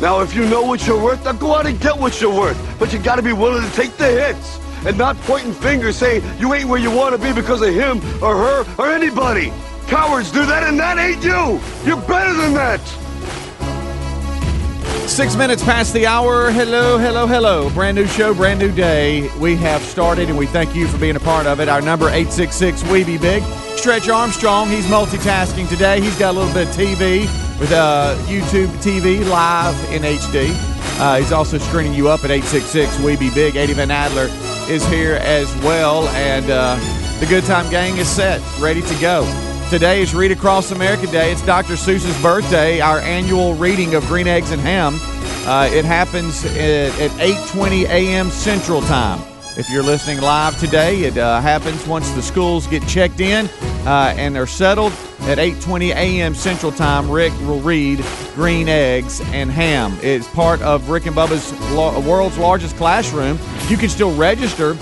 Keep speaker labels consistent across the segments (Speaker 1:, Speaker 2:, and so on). Speaker 1: Now, if you know what you're worth, then go out and get what you're worth. But you gotta be willing to take the hits and not pointing fingers saying you ain't where you wanna be because of him or her or anybody. Cowards do that, and that ain't you. You're better than that.
Speaker 2: Six minutes past the hour. Hello, hello, hello. Brand new show, brand new day. We have started, and we thank you for being a part of it. Our number, 866 We Be Big. Stretch Armstrong, he's multitasking today. He's got a little bit of TV with uh, YouTube TV live in HD. Uh, he's also screening you up at 866 We Be Big. Eddie Van Adler is here as well, and uh, the Good Time Gang is set, ready to go. Today is Read Across America Day. It's Dr. Seuss's birthday, our annual reading of Green Eggs and Ham. Uh, it happens at, at 8.20 a.m. Central Time. If you're listening live today, it uh, happens once the schools get checked in uh, and they're settled. At 8.20 a.m. Central Time, Rick will read Green Eggs and Ham. It's part of Rick and Bubba's lo- world's largest classroom. You can still register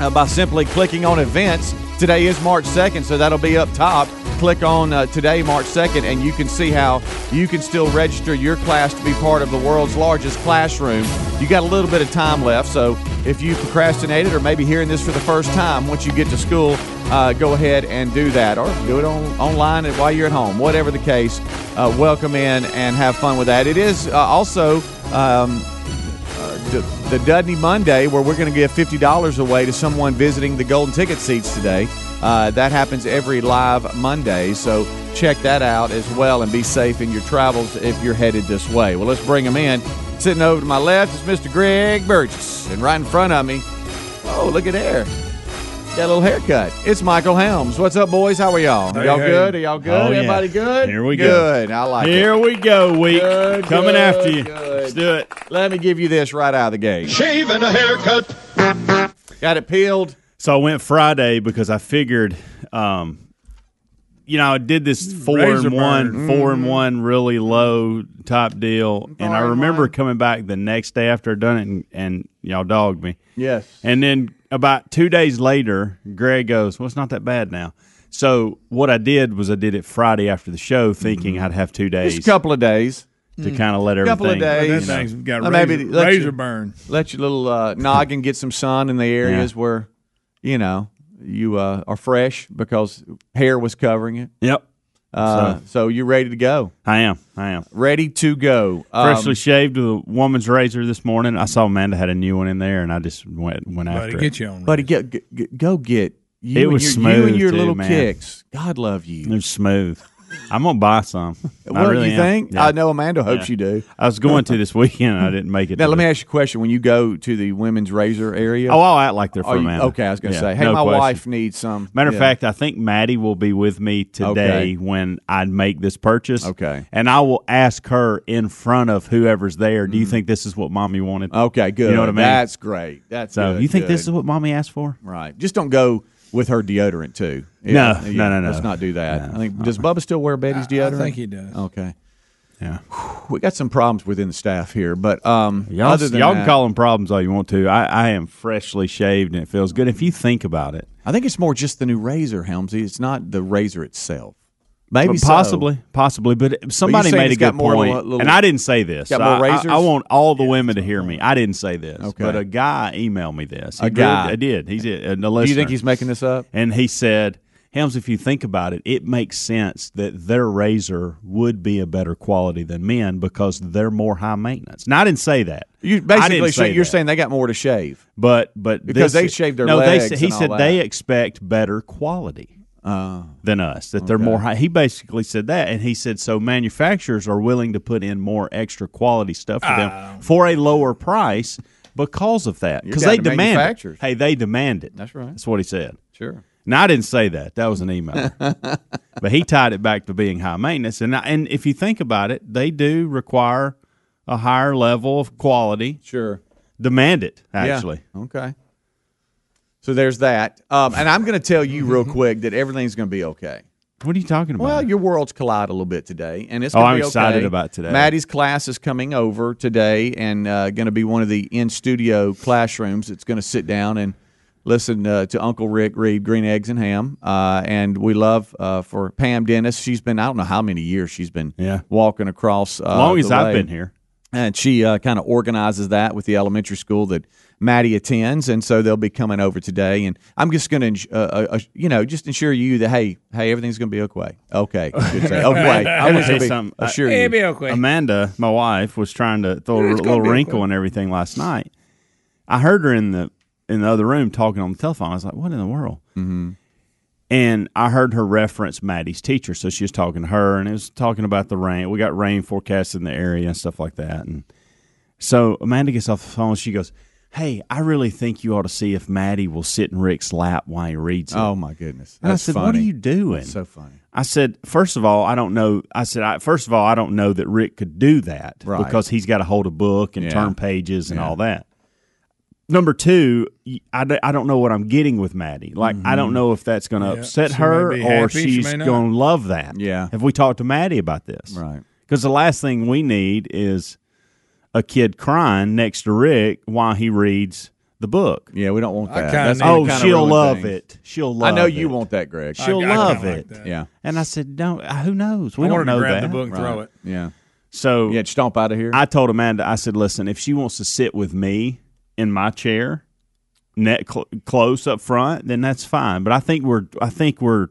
Speaker 2: uh, by simply clicking on events. Today is March 2nd, so that'll be up top. Click on uh, today, March 2nd, and you can see how you can still register your class to be part of the world's largest classroom. You got a little bit of time left, so if you procrastinated or maybe hearing this for the first time, once you get to school, uh, go ahead and do that, or do it on, online and while you're at home. Whatever the case, uh, welcome in and have fun with that. It is uh, also um, the, the Dudney Monday, where we're going to give fifty dollars away to someone visiting the golden ticket seats today. Uh, that happens every live Monday, so check that out as well, and be safe in your travels if you're headed this way. Well, let's bring them in. Sitting over to my left is Mr. Greg Burgess, and right in front of me, oh look at there, got a little haircut. It's Michael Helms. What's up, boys? How are y'all?
Speaker 3: Hey,
Speaker 2: y'all
Speaker 3: hey.
Speaker 2: good? Are y'all good?
Speaker 3: Oh, yeah.
Speaker 2: Everybody good?
Speaker 3: Here we go.
Speaker 2: Good. I like it.
Speaker 3: Here we go, week.
Speaker 2: Good,
Speaker 3: Coming
Speaker 2: good,
Speaker 3: after you.
Speaker 2: good.
Speaker 3: Let's do it.
Speaker 2: Let me give you this right out of the gate.
Speaker 4: shave and a haircut.
Speaker 2: Got it peeled.
Speaker 3: So I went Friday because I figured, um, you know, I did this
Speaker 2: Mm,
Speaker 3: four
Speaker 5: Razor
Speaker 3: and one,
Speaker 5: burn.
Speaker 3: four
Speaker 2: Mm-hmm.
Speaker 3: and one, really low top deal, and I
Speaker 2: Four and
Speaker 3: remember
Speaker 2: one.
Speaker 3: coming back the next day after I done it, and, and y'all dogged me.
Speaker 2: Yes.
Speaker 3: And then about two days later, Greg goes, Well, it's not that bad now. So what I did was I did it Friday after the show, thinking I'd have two days
Speaker 2: Mm-hmm. Just a couple of days.
Speaker 3: to kind of let everything.
Speaker 2: couple of
Speaker 5: That
Speaker 2: days.
Speaker 3: you know.
Speaker 5: thing's got
Speaker 2: Well,
Speaker 5: razor,
Speaker 2: maybe let you-
Speaker 5: razor burn.
Speaker 2: Let your little uh, noggin get some sun in the areas
Speaker 3: Yeah.
Speaker 2: where, you know, you uh, are fresh because hair was covering it.
Speaker 3: Yep,
Speaker 2: Uh, so. you're ready to go.
Speaker 3: I am. I am.
Speaker 2: Ready to go. Um,
Speaker 3: Freshly shaved with a woman's razor this morning. I saw Amanda had a new one in there, and I just went went
Speaker 5: Buddy,
Speaker 3: after it.
Speaker 5: get you on.
Speaker 2: buddy, go, go, go get you,
Speaker 3: It
Speaker 2: and
Speaker 3: was
Speaker 2: your, you
Speaker 3: smooth,
Speaker 2: and your
Speaker 3: too,
Speaker 2: little
Speaker 3: man.
Speaker 2: kicks. God love
Speaker 3: It
Speaker 2: you.
Speaker 3: was smooth. I'm gonna buy some. I
Speaker 2: well,
Speaker 3: really
Speaker 2: you
Speaker 3: am.
Speaker 2: think?
Speaker 3: Yeah.
Speaker 2: I know Amanda hopes
Speaker 3: Yeah.
Speaker 2: you do.
Speaker 3: I was going to this weekend. I didn't make it.
Speaker 2: Now,
Speaker 3: to
Speaker 2: let me
Speaker 3: the-
Speaker 2: ask you a question. When you go to the women's razor area,
Speaker 3: Oh, I'll act like they're
Speaker 2: are
Speaker 3: from
Speaker 2: you,
Speaker 3: Amanda.
Speaker 2: okay, I was going to
Speaker 3: Yeah,
Speaker 2: say, hey,
Speaker 3: no
Speaker 2: my
Speaker 3: question.
Speaker 2: wife needs some.
Speaker 3: Matter of
Speaker 2: Yeah.
Speaker 3: fact, I think Maddie will be with me today
Speaker 2: Okay.
Speaker 3: when I make this purchase.
Speaker 2: Okay.
Speaker 3: And I will ask her in front of whoever's there,
Speaker 2: Mm.
Speaker 3: do you think this is what mommy wanted?
Speaker 2: Okay, good.
Speaker 3: You know what I mean?
Speaker 2: That's great. That's
Speaker 3: so
Speaker 2: Oh, good,
Speaker 3: you think
Speaker 2: good.
Speaker 3: this is what mommy asked for?
Speaker 2: right? Just don't go with her deodorant too.
Speaker 3: No, no, no, no.
Speaker 2: Let's not do that. I think does Bubba still wear Betty's
Speaker 5: I
Speaker 2: deodorant?
Speaker 5: think he does.
Speaker 2: Okay,
Speaker 3: Yeah.
Speaker 2: we got some problems within the staff here, but um,
Speaker 3: Y'all,
Speaker 2: other than
Speaker 3: y'all
Speaker 2: that,
Speaker 3: can call them problems all you want to. I, I am freshly shaved and it feels good. If you think about it,
Speaker 2: I think it's more just the new razor, Helmsy. It's not the razor itself. Maybe so.
Speaker 3: possibly, possibly, but somebody
Speaker 2: saying
Speaker 3: made a
Speaker 2: it's got
Speaker 3: good
Speaker 2: more
Speaker 3: point,
Speaker 2: little- little-
Speaker 3: and I didn't say this.
Speaker 2: Got
Speaker 3: I-
Speaker 2: more
Speaker 3: I-
Speaker 2: razors?
Speaker 3: I, want all the women to hear me. I didn't say this,
Speaker 2: Okay.
Speaker 3: but a guy emailed me this. He
Speaker 2: A
Speaker 3: did-
Speaker 2: guy.
Speaker 3: I did. He's a, a
Speaker 2: Do you
Speaker 3: listener.
Speaker 2: think he's making this up?
Speaker 3: And he said, Helms, if you think about it, it makes sense that their razor would be a better quality than men because they're more high maintenance. Now, I didn't say that.
Speaker 2: You
Speaker 3: I
Speaker 2: basically
Speaker 3: didn't
Speaker 2: say-
Speaker 3: say
Speaker 2: you're
Speaker 3: that.
Speaker 2: saying they got more to shave.
Speaker 3: but but
Speaker 2: Because
Speaker 3: this-
Speaker 2: they shave their
Speaker 3: no, they
Speaker 2: legs
Speaker 3: said- he
Speaker 2: and all
Speaker 3: said
Speaker 2: that. Oh.
Speaker 3: they expect better quality than us. That they're more high. He basically said that, and he said so. Manufacturers are willing to put in more extra quality stuff for
Speaker 2: Ah.
Speaker 3: them for a lower price because of that. Because
Speaker 2: down
Speaker 3: they
Speaker 2: to
Speaker 3: demand.
Speaker 2: manufacturers.
Speaker 3: It. Hey, they demand it.
Speaker 2: That's right.
Speaker 3: That's what he said.
Speaker 2: Sure.
Speaker 3: Now I didn't say that. That was an email, but he tied it back to being high maintenance. And I, and if you think about it, they do require a higher level of quality
Speaker 2: Sure.
Speaker 3: demand it. Actually,
Speaker 2: Yeah. Okay. So there's that. Um, and I'm going to tell you real quick that everything's going to be okay.
Speaker 3: what are you talking about?
Speaker 2: Well, your worlds collide a little bit today, and it's.
Speaker 3: Oh,
Speaker 2: gonna
Speaker 3: I'm
Speaker 2: be okay.
Speaker 3: excited about today.
Speaker 2: Maddie's class is coming over today, and uh, going to be one of the in studio classrooms. It's going to sit down and listen uh, to Uncle Rick read Green Eggs and Ham, uh, and we love uh, for Pam Dennis. She's been I don't know how many years she's been
Speaker 3: Yeah.
Speaker 2: walking across. Uh,
Speaker 3: as long as
Speaker 2: the
Speaker 3: I've
Speaker 2: way
Speaker 3: been here.
Speaker 2: and she uh, kind of organizes that with the elementary school that Maddie attends, and so they'll be coming over today. And I'm just going to, uh, uh, you know, just ensure you that hey, hey, everything's going to be okay. Okay, I should say. okay. I'm
Speaker 3: Let me tell you
Speaker 2: just going to
Speaker 3: something.
Speaker 2: assure
Speaker 4: Hey,
Speaker 2: you.
Speaker 4: be okay.
Speaker 3: Amanda, my wife, was trying to throw a
Speaker 4: It's gonna
Speaker 3: little
Speaker 4: be
Speaker 3: wrinkle
Speaker 4: okay.
Speaker 3: and everything last night. I heard her in the in the other room talking on the telephone. I was like, "What in the world?" Mm-hmm. And I heard her reference Maddie's teacher, so she was talking to her, and it was talking about the rain. We got rain forecast in the area and stuff like that. And so Amanda gets off the phone. She goes, "Hey, I really think you ought to see if Maddie will sit in Rick's lap while he reads it."
Speaker 2: Oh my goodness,
Speaker 3: and I
Speaker 2: that's
Speaker 3: said,
Speaker 2: funny.
Speaker 3: "What are you doing?"
Speaker 2: So funny.
Speaker 3: I said, first of all, I don't know. I said, I, first of all, I don't know that Rick could do that
Speaker 2: Right.
Speaker 3: because he's got to hold a book and
Speaker 2: Yeah.
Speaker 3: turn pages and all that. Number two, y- I, d- I don't know what I'm getting with Maddie. Like, I
Speaker 2: Mm-hmm.
Speaker 3: don't know if that's going to upset
Speaker 4: she may
Speaker 3: her or
Speaker 4: be happy, she
Speaker 3: she's
Speaker 4: may not.
Speaker 3: going to love that.
Speaker 2: Yeah.
Speaker 3: Have we talked to Maddie about this?
Speaker 2: Right.
Speaker 3: Because the last thing we need is a kid crying next to Rick while he reads the book.
Speaker 2: Yeah, we don't want
Speaker 4: I
Speaker 2: that.
Speaker 4: kinda
Speaker 2: That's
Speaker 4: need-
Speaker 2: not
Speaker 3: Oh,
Speaker 2: the kind of
Speaker 3: she'll
Speaker 2: ruin
Speaker 3: love
Speaker 2: things.
Speaker 3: it. She'll
Speaker 2: I
Speaker 3: love
Speaker 2: know you
Speaker 3: it.
Speaker 2: want that, Greg.
Speaker 3: She'll
Speaker 4: I- I
Speaker 3: love
Speaker 4: kinda like
Speaker 3: it.
Speaker 4: that.
Speaker 2: yeah,
Speaker 3: And I said, "No, uh, who knows? We
Speaker 4: I
Speaker 3: don't
Speaker 4: wanted
Speaker 3: know
Speaker 4: to grab
Speaker 3: that."
Speaker 4: the book and throw it.
Speaker 2: yeah,
Speaker 3: So
Speaker 2: yeah. Stomp out of here.
Speaker 3: I told Amanda, I said, "Listen, if she wants to sit with me in my chair, net cl- close up front, then that's fine. But I think we're I think we're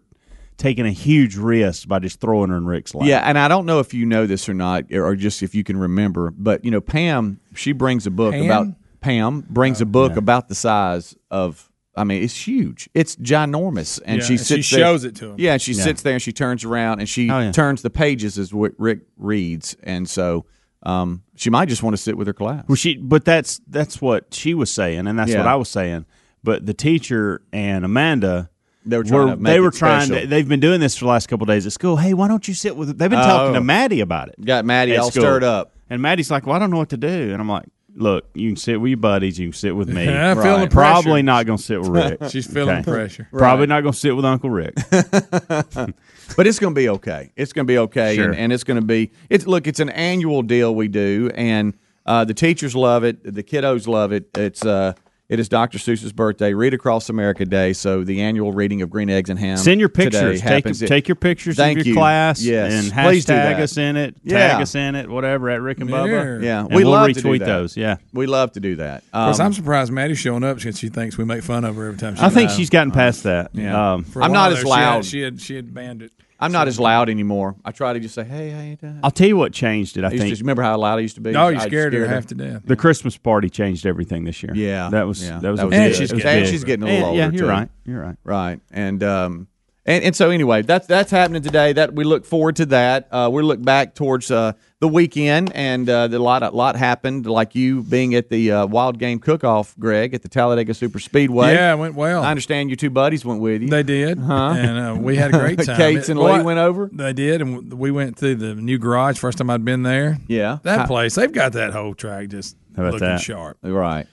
Speaker 3: taking a huge risk by just throwing her in Rick's lap.
Speaker 2: Yeah, and I don't know if you know this or not, or or just if you can remember, but you know, Pam, she brings a book
Speaker 4: Pam? Oh,
Speaker 2: about Pam brings a book about the size of. I mean, it's huge. It's ginormous, and
Speaker 4: Yeah,
Speaker 2: she
Speaker 4: and
Speaker 2: sits.
Speaker 4: she
Speaker 2: there-
Speaker 4: shows it to him.
Speaker 2: Yeah, and she sits there and she turns around and she
Speaker 3: Oh, yeah.
Speaker 2: turns the pages as what Rick reads, and so um, she might just want to sit with her class.
Speaker 3: Well, she, but that's that's what she was saying, and that's
Speaker 2: Yeah.
Speaker 3: what I was saying. But the teacher and Amanda.
Speaker 2: They were trying to make
Speaker 3: they were
Speaker 2: it
Speaker 3: trying
Speaker 2: special. Oh.
Speaker 3: to- they've been doing this for the last couple of days at school. Hey, why don't you sit with? They've been talking to Maddie about it.
Speaker 2: Got Maddie
Speaker 3: at
Speaker 2: all
Speaker 3: school.
Speaker 2: stirred up.
Speaker 3: And Maddie's like, "Well, I don't know what to do." And I'm like, "Look, you can sit with your buddies. You can sit with me.
Speaker 4: Yeah, feeling the pressure.
Speaker 3: Probably not going to sit with Rick.
Speaker 4: She's feeling
Speaker 3: Okay.
Speaker 4: pressure.
Speaker 3: Probably not going to sit with Uncle Rick.
Speaker 2: Um, But it's going to be okay. It's going to be okay,
Speaker 3: Sure.
Speaker 2: and, and it's going to be. It's look, it's an annual deal we do, and uh, the teachers love it. The kiddos love it. It's uh, it is Dr. Seuss's birthday, Read Across America Day. So the annual reading of Green Eggs and Ham.
Speaker 3: Send your
Speaker 2: today
Speaker 3: pictures. Take,
Speaker 2: happens. It-
Speaker 3: take your pictures
Speaker 2: Thank
Speaker 3: of your
Speaker 2: you.
Speaker 3: class.
Speaker 2: Yes.
Speaker 3: and
Speaker 2: Please do
Speaker 3: hashtag
Speaker 2: that.
Speaker 3: us in it.
Speaker 2: Yeah.
Speaker 3: Tag us in it. Whatever at Rick and
Speaker 4: Yeah.
Speaker 3: Bubba.
Speaker 2: Yeah,
Speaker 3: And
Speaker 2: we
Speaker 3: will
Speaker 2: love
Speaker 3: retweet
Speaker 2: to do that.
Speaker 3: those. Yeah.
Speaker 2: We love to do that.
Speaker 4: Because
Speaker 2: Um,
Speaker 4: I'm surprised Maddie's showing up since she thinks we make fun of her every time. She
Speaker 3: I think
Speaker 4: goes.
Speaker 3: she's gotten past that.
Speaker 2: Yeah.
Speaker 3: Um,
Speaker 4: For a
Speaker 2: I'm
Speaker 4: while
Speaker 2: not as
Speaker 4: there, she
Speaker 2: loud.
Speaker 4: had- She had she had banned it.
Speaker 2: I'm not as loud anymore. I try to just say, hey, how you doing?
Speaker 3: I'll tell you what changed it. I
Speaker 2: I used
Speaker 3: think
Speaker 2: to, remember how loud I used to be?
Speaker 4: Oh, you
Speaker 2: I
Speaker 4: scared her half to death.
Speaker 3: the Christmas party changed everything this year.
Speaker 2: Yeah,
Speaker 3: that was
Speaker 2: yeah.
Speaker 3: that was.
Speaker 2: That
Speaker 3: a big-
Speaker 2: was
Speaker 4: good.
Speaker 3: it
Speaker 4: And
Speaker 3: was
Speaker 4: she's
Speaker 3: big.
Speaker 4: getting- she's
Speaker 2: getting a little
Speaker 3: And- yeah,
Speaker 2: older,
Speaker 3: you're
Speaker 2: too.
Speaker 3: right. You're right.
Speaker 2: Right. And um and, and so anyway, that's that's happening today. That we look forward to that. Uh, we look back towards uh, the weekend, and uh, the lot a lot happened. Like you being at the uh, Wild Game Cook-Off, Greg, at the Talladega Super Speedway.
Speaker 4: Yeah, it went well.
Speaker 2: I understand your two buddies went with you.
Speaker 4: They did, and uh, we had a great time.
Speaker 2: Cates and Lee
Speaker 4: boy,
Speaker 2: went over?
Speaker 4: They did, and w- we went through the new garage. First time I'd been there.
Speaker 2: Yeah.
Speaker 4: that
Speaker 2: How-
Speaker 4: place they've got that whole track just
Speaker 3: How about
Speaker 4: looking
Speaker 3: that?
Speaker 4: sharp.
Speaker 2: right.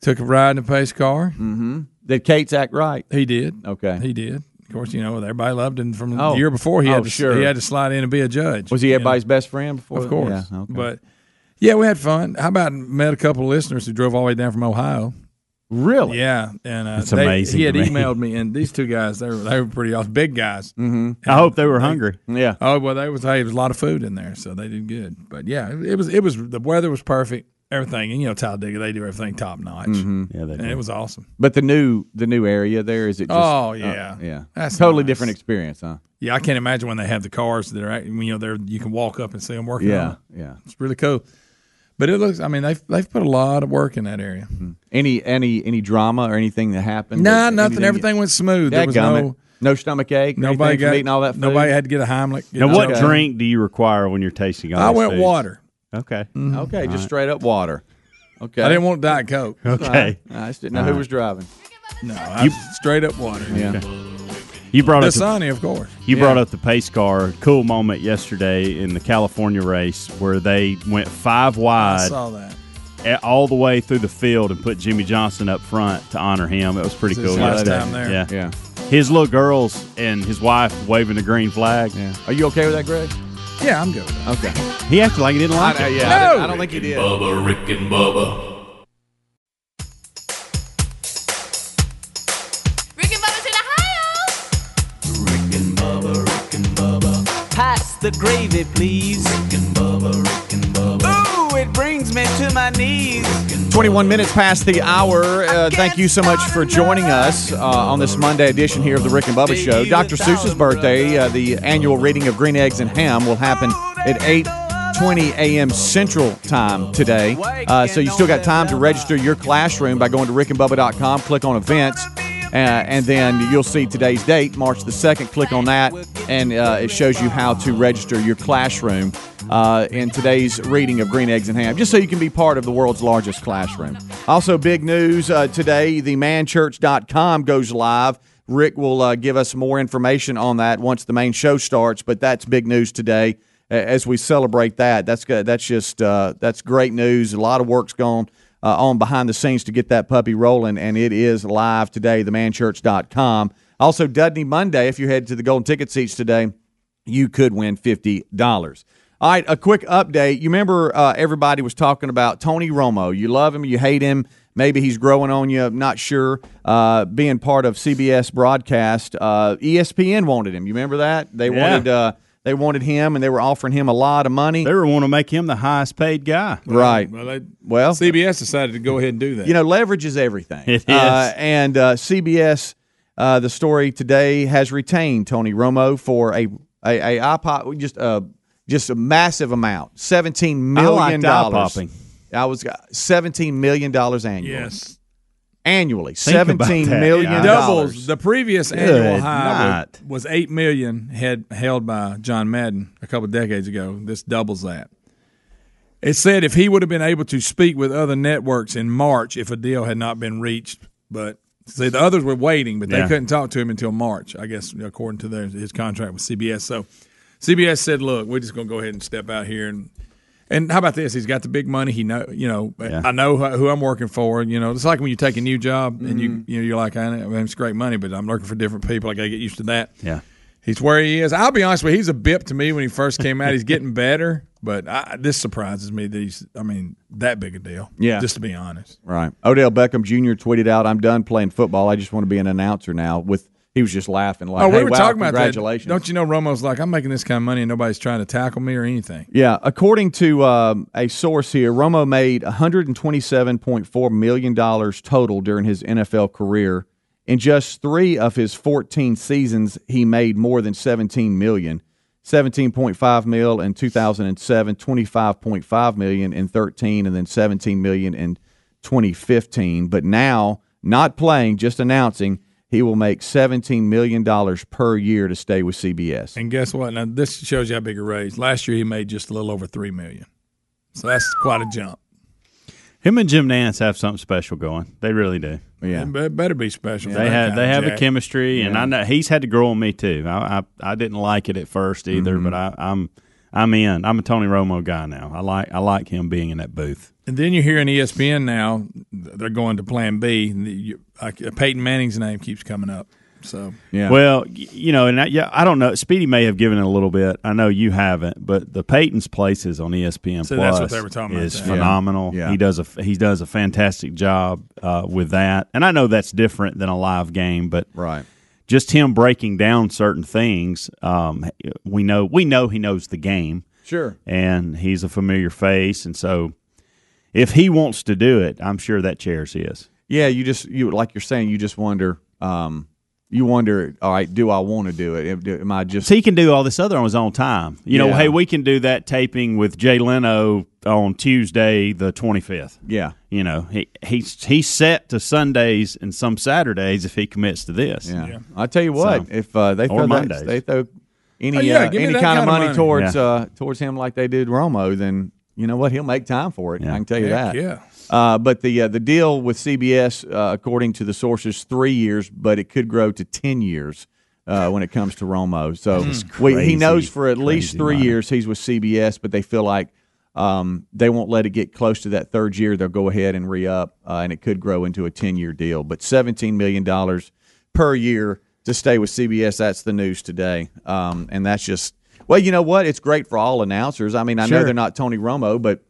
Speaker 4: Took a ride in a pace car.
Speaker 2: Did Cates act right?
Speaker 4: He did.
Speaker 2: Mm. Okay.
Speaker 4: he did. Of course, you know everybody loved him from
Speaker 2: Oh.
Speaker 4: the year before. He
Speaker 2: Oh,
Speaker 4: had to,
Speaker 2: sure.
Speaker 4: he had to slide in and be a judge.
Speaker 2: Was he
Speaker 4: you know?
Speaker 2: everybody's best friend before?
Speaker 4: Of course.
Speaker 2: Yeah. Okay.
Speaker 4: But yeah, we had fun. How about met a couple of listeners who drove all the way down from Ohio?
Speaker 2: really?
Speaker 4: Yeah, and uh,
Speaker 3: That's
Speaker 4: they-
Speaker 3: amazing
Speaker 4: He had
Speaker 3: to me.
Speaker 4: emailed me, and these two guys, they were they were pretty awesome, big guys.
Speaker 3: I hope they were hungry.
Speaker 2: Yeah.
Speaker 4: Oh well, they was hey, it was a lot of food in there, so they did good. But yeah, it, it was it was the weather was perfect, everything, and you know Talladega, they do everything top notch,
Speaker 3: Yeah, they
Speaker 4: and
Speaker 3: did.
Speaker 4: it was awesome.
Speaker 2: But the new the new area there is it? Just,
Speaker 4: oh yeah,
Speaker 2: yeah.
Speaker 4: that's
Speaker 2: totally
Speaker 4: nice.
Speaker 2: different experience, huh?
Speaker 4: Yeah, I can't imagine when they have the cars that are act- you know they're you can walk up and see them working. on
Speaker 2: Yeah.
Speaker 4: it.
Speaker 2: Yeah.
Speaker 4: it's really cool. But it looks, I mean, they've they've put a lot of work in that area.
Speaker 2: Any any any drama or anything that happened?
Speaker 4: Nah,
Speaker 2: Or
Speaker 4: nothing.
Speaker 2: anything-
Speaker 4: Everything went smooth. There was
Speaker 2: Dadgummit.
Speaker 4: no
Speaker 2: no stomach ache. or
Speaker 4: nobody
Speaker 2: anything from
Speaker 4: got
Speaker 2: eating all that. Food?
Speaker 4: Nobody had to get a Heimlich. you
Speaker 3: Now,
Speaker 4: know?
Speaker 3: what
Speaker 2: Okay.
Speaker 3: drink do you require when you're tasting all
Speaker 4: I
Speaker 3: these
Speaker 4: went
Speaker 3: foods?
Speaker 4: water. Mm-hmm.
Speaker 3: Okay.
Speaker 2: Okay, just straight up water. Okay,
Speaker 4: I didn't want Diet Coke.
Speaker 3: Okay.
Speaker 2: I just didn't know who was driving.
Speaker 4: No, I was straight up water.
Speaker 2: Yeah,
Speaker 3: You brought up the,
Speaker 4: Dasani, of course.
Speaker 3: you brought up the pace car cool moment yesterday in the California race where they went five
Speaker 4: I
Speaker 3: wide
Speaker 4: saw that.
Speaker 3: a- all the way through the field and put Jimmy Johnson up front to honor him. It was pretty
Speaker 4: It's his
Speaker 3: cool.
Speaker 4: last
Speaker 3: Yeah.
Speaker 4: time there.
Speaker 3: Yeah.
Speaker 2: Yeah.
Speaker 3: His little girls and his wife waving the green flag.
Speaker 2: Yeah. Are you okay with that, Greg?
Speaker 4: Yeah, I'm good with that.
Speaker 2: Okay.
Speaker 3: He acted like he didn't like
Speaker 2: I,
Speaker 3: it.
Speaker 2: yeah, I,
Speaker 4: No!
Speaker 2: don't- I don't think he did.
Speaker 5: Bubba, Rick and Bubba.
Speaker 6: Rick and Bubba's in Ohio.
Speaker 5: Rick and Bubba, Rick and Bubba.
Speaker 7: Pass the gravy, please.
Speaker 5: Rick and Bubba, Rick and Bubba.
Speaker 7: Ooh, it brings me to my knees.
Speaker 2: 21 minutes past the hour. Uh, thank you so much for joining us uh, on this Monday edition here of the Rick and Bubba Show. Dr. Seuss's birthday, uh, the annual reading of Green Eggs and Ham, will happen at 8:20 a.m. Central Time today. Uh, so you still got time to register your classroom by going to rickandbubba.com, click on events, uh, and then you'll see today's date, March the 2nd. Click on that, and uh, it shows you how to register your classroom uh, in today's reading of Green Eggs and Ham, just so you can be part of the world's largest classroom. Also, big news uh, today the manchurch.com goes live. Rick will uh, give us more information on that once the main show starts, but that's big news today a- as we celebrate that. That's good. That's just uh, that's great news. A lot of work's gone uh, on behind the scenes to get that puppy rolling, and it is live today. TheManChurch.com. Also, Dudney Monday. If you head to the Golden Ticket seats today, you could win fifty dollars. All right, a quick update. You remember uh, everybody was talking about Tony Romo. You love him, you hate him. Maybe he's growing on you. Not sure. Uh, being part of CBS broadcast, uh, ESPN wanted him. You remember that they
Speaker 3: Yeah.
Speaker 2: wanted uh, they wanted him, and they were offering him a lot of money.
Speaker 3: They were want to make him the highest paid guy.
Speaker 2: right.
Speaker 4: Well, they-
Speaker 2: Well,
Speaker 4: CBS decided to go ahead and do that.
Speaker 2: you know, leverage is everything.
Speaker 3: It is.
Speaker 2: Uh, and uh, CBS, uh, the story today has retained Tony Romo for a a, a eye pop, just a just a massive amount, seventeen
Speaker 3: I liked
Speaker 2: million
Speaker 3: eye
Speaker 2: dollars.
Speaker 3: popping.
Speaker 2: I was uh, seventeen million dollars annually.
Speaker 4: yes,
Speaker 2: Annually,
Speaker 3: about
Speaker 2: seventeen
Speaker 3: that.
Speaker 2: million
Speaker 4: doubles
Speaker 2: dollars.
Speaker 4: the previous annual
Speaker 3: Good
Speaker 4: high
Speaker 3: night.
Speaker 4: was, was eight million head, held by John Madden a couple decades ago. This doubles that. It said if he would have been able to speak with other networks in March if a deal had not been reached, but see the others were waiting, but they
Speaker 3: Yeah.
Speaker 4: couldn't talk to him until March. I guess according to their, his contract with CBS. So CBS said, "Look, we're just going to go ahead and step out here and." And how about this? He's got the big money. He know, you know, I know who who I'm working for. You know, it's like when you take a new job and you, you know, you're like, I know, it's great money, but I'm looking for different people. I got to get used to that.
Speaker 3: Yeah.
Speaker 4: He's where he is. I'll be honest with you. He's a bip to me when he first came out. He's getting better, but I, this surprises me that he's, I mean, that big a deal.
Speaker 2: Yeah.
Speaker 4: Just to be honest.
Speaker 2: Right. Odell Beckham Jr. tweeted out, "I'm done playing football. I just want to be an announcer now." With he was just laughing like,
Speaker 4: Oh, we
Speaker 2: "Hey,
Speaker 4: were
Speaker 2: wow,
Speaker 4: talking about
Speaker 2: congratulations!"
Speaker 4: that. Don't you know Romo's like, I'm making this kind of money and nobody's trying to tackle me or anything.
Speaker 2: Yeah, according to um, a source here, Romo made 127.4 million dollars total during his NFL career. In just three of his 14 seasons, he made more than 17 million. 17.5 mil in 2007, 25.5 million in 13, and then 17 million in 2015. But now, not playing, just announcing, he will make 17 million dollars per year to stay with CBS.
Speaker 4: And guess what? Now this shows you how big a raise. Last year he made just a little over three million, so that's quite a jump.
Speaker 3: Him and Jim Nance have something special going. They really do.
Speaker 2: Yeah.
Speaker 4: It be- better be special. for
Speaker 3: They
Speaker 4: that
Speaker 3: have
Speaker 4: kind
Speaker 3: they
Speaker 4: of
Speaker 3: have a
Speaker 4: jack.
Speaker 3: chemistry, and I know he's had to grow on me too. I I, I didn't like it at first either,
Speaker 4: Mm-hmm.
Speaker 3: but I, I'm I'm in. I'm a Tony Romo guy now. I like I like him being in that booth.
Speaker 4: And then you're hearing ESPN now; they're going to Plan B. And you- I- Peyton Manning's name keeps coming up. So
Speaker 2: Yeah.
Speaker 3: Well, y- you know, and I, yeah, I don't know. Speedy may have given it a little bit. I know you haven't, but the Peyton's places on E ESPN
Speaker 4: So
Speaker 3: Plus
Speaker 4: that's what they were talking about
Speaker 3: is
Speaker 4: then.
Speaker 3: phenomenal.
Speaker 2: Yeah.
Speaker 3: He does a f- he does a fantastic job uh, with that, and I know that's different than a live game, but
Speaker 2: Right.
Speaker 3: just him breaking down certain things. Um, we know we know he knows the game.
Speaker 2: Sure.
Speaker 3: and he's a familiar face, and so if he wants to do it, I'm sure that chair's his.
Speaker 2: yeah you just you like you're saying you just wonder um you wonder all right do i want to do it Am- do- am i just
Speaker 3: So he can do all this other on his own time. You know,
Speaker 2: Yeah.
Speaker 3: hey, we can do that taping with Jay Leno on Tuesday the 25th.
Speaker 2: yeah
Speaker 3: You know, he he's he's set to Sundays and some Saturdays if he commits to this.
Speaker 2: yeah, i tell you what
Speaker 3: So-
Speaker 2: if uh, they
Speaker 3: Or
Speaker 2: throw that,
Speaker 3: Mondays.
Speaker 2: they throw any
Speaker 4: Oh, yeah,
Speaker 2: uh,
Speaker 4: give me
Speaker 2: any
Speaker 4: that
Speaker 2: kind, of money, towards
Speaker 3: Yeah.
Speaker 2: uh towards him like they did romo then you know what he'll make time for it i can tell you
Speaker 4: heck
Speaker 2: that
Speaker 4: yeah.
Speaker 2: uh, but the uh, the deal with CBS, uh, according to the sources, three years, but it could grow to ten years uh, when it comes to Romo. So we, he
Speaker 3: crazy,
Speaker 2: knows for at least
Speaker 3: crazy
Speaker 2: three
Speaker 3: money.
Speaker 2: years he's with CBS, but they feel like um, they won't let it get close to that third year. They'll go ahead and re up, uh, and it could grow into a 10 year deal. But $17 million per year to stay with CBS. That's the news today. Um, and that's just, well, you know what? It's great for all announcers. I mean, I know
Speaker 3: Sure.
Speaker 2: they're not Tony Romo, but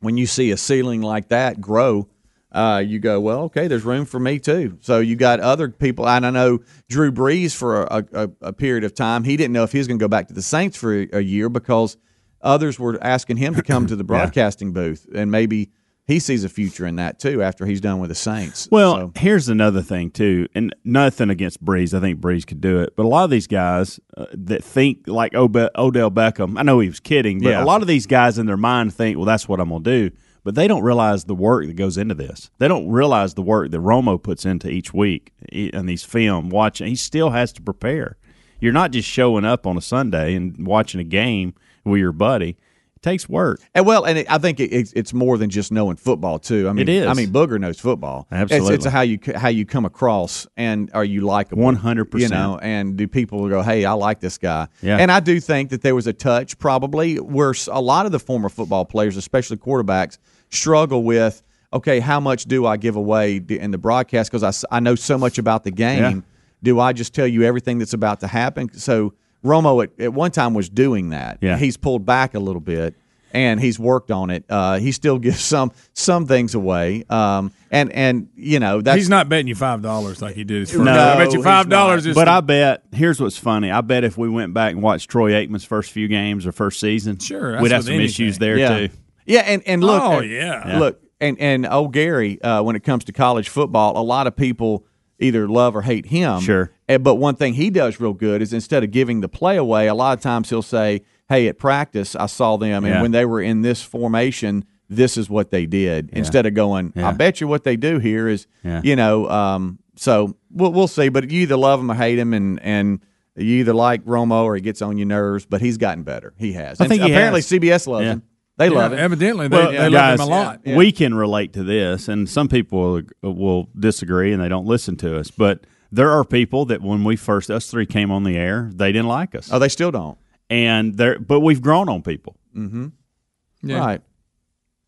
Speaker 2: when you see a ceiling like that grow, uh, you go, well, okay, there's room for me too. So you got other people. And I know Drew Brees for a, a, a period of time, he didn't know if he was going to go back to the Saints for a, a year because others were asking him to come to the broadcasting booth. And maybe he sees a future in that too after he's done with the Saints.
Speaker 3: Well,
Speaker 2: So-
Speaker 3: here's another thing too, and nothing against Breeze. I think Breeze could do it, but a lot of these guys uh, that think like Obe- Odell Beckham. I know he was kidding, but
Speaker 2: Yeah.
Speaker 3: a lot of these guys in their mind think, "Well, that's what I'm going to do," but they don't realize the work that goes into this. They don't realize the work that Romo puts into each week i- and these film watching. He still has to prepare. You're not just showing up on a Sunday and watching a game with your buddy. It takes work.
Speaker 2: And well, and it, I think it, it's, it's more than just knowing football too. I
Speaker 3: It
Speaker 2: mean,
Speaker 3: is.
Speaker 2: I mean, Booger knows football. It's- It's,
Speaker 3: Absolutely.
Speaker 2: how you c- how you come across, and are you likable?
Speaker 3: 100%.
Speaker 2: You know, and do people go, "Hey, I like this guy"?
Speaker 3: Yeah.
Speaker 2: And I do think that there was a touch probably where s- a lot of the former football players, especially quarterbacks, struggle with. Okay, how much do I give away d- in the broadcast? Because I, s- I know so much about the game.
Speaker 3: Yeah.
Speaker 2: Do I just tell you everything that's about to happen? So Romo at, at one time was doing that.
Speaker 3: Yeah.
Speaker 2: He's pulled back a little bit and he's worked on it. Uh, he still gives some some things away. Um, and and you know that's
Speaker 4: He's not betting you five dollars like he did his first.
Speaker 3: No,
Speaker 4: I bet you
Speaker 2: he's
Speaker 4: five dollars.
Speaker 2: not.
Speaker 4: is
Speaker 3: But
Speaker 4: the-
Speaker 3: I bet here's what's funny. I bet if we went back and watched Troy Aikman's first few games or first season,
Speaker 4: Sure, that's
Speaker 3: we'd have
Speaker 4: with
Speaker 3: some
Speaker 4: anything.
Speaker 3: issues there
Speaker 2: yeah.
Speaker 3: too.
Speaker 2: Yeah, and and look,
Speaker 4: Oh,
Speaker 2: and-
Speaker 4: yeah.
Speaker 2: look, and and old Gary, uh, when it comes to college football, a lot of people either love or hate him.
Speaker 3: Sure.
Speaker 2: And- but one thing he does real good is instead of giving the play away, a lot of times he'll say, "Hey, at practice, I saw them, and
Speaker 3: Yeah.
Speaker 2: when they were in this formation." This is what they did. Instead of going, I
Speaker 3: Yeah.
Speaker 2: bet you what they do here is,
Speaker 3: Yeah.
Speaker 2: you know, um, so we'll, we'll see. But you either love him or hate him, and and you either like Romo or he gets on your nerves. But he's gotten better. He has.
Speaker 3: I
Speaker 2: And
Speaker 3: think he
Speaker 2: apparently
Speaker 3: has.
Speaker 2: CBS loves
Speaker 3: Yeah.
Speaker 2: him. They love
Speaker 4: Yeah,
Speaker 2: him.
Speaker 4: Evidently, they,
Speaker 3: Well,
Speaker 4: they
Speaker 3: guys,
Speaker 4: love him a lot.
Speaker 2: yeah.
Speaker 3: we can relate to this, and some people will, will disagree and they don't listen to us. But there are people that when we first us three came on the air, they didn't like us,
Speaker 2: Oh, they still don't.
Speaker 3: and there. But we've grown on people.
Speaker 4: Yeah.
Speaker 2: Right.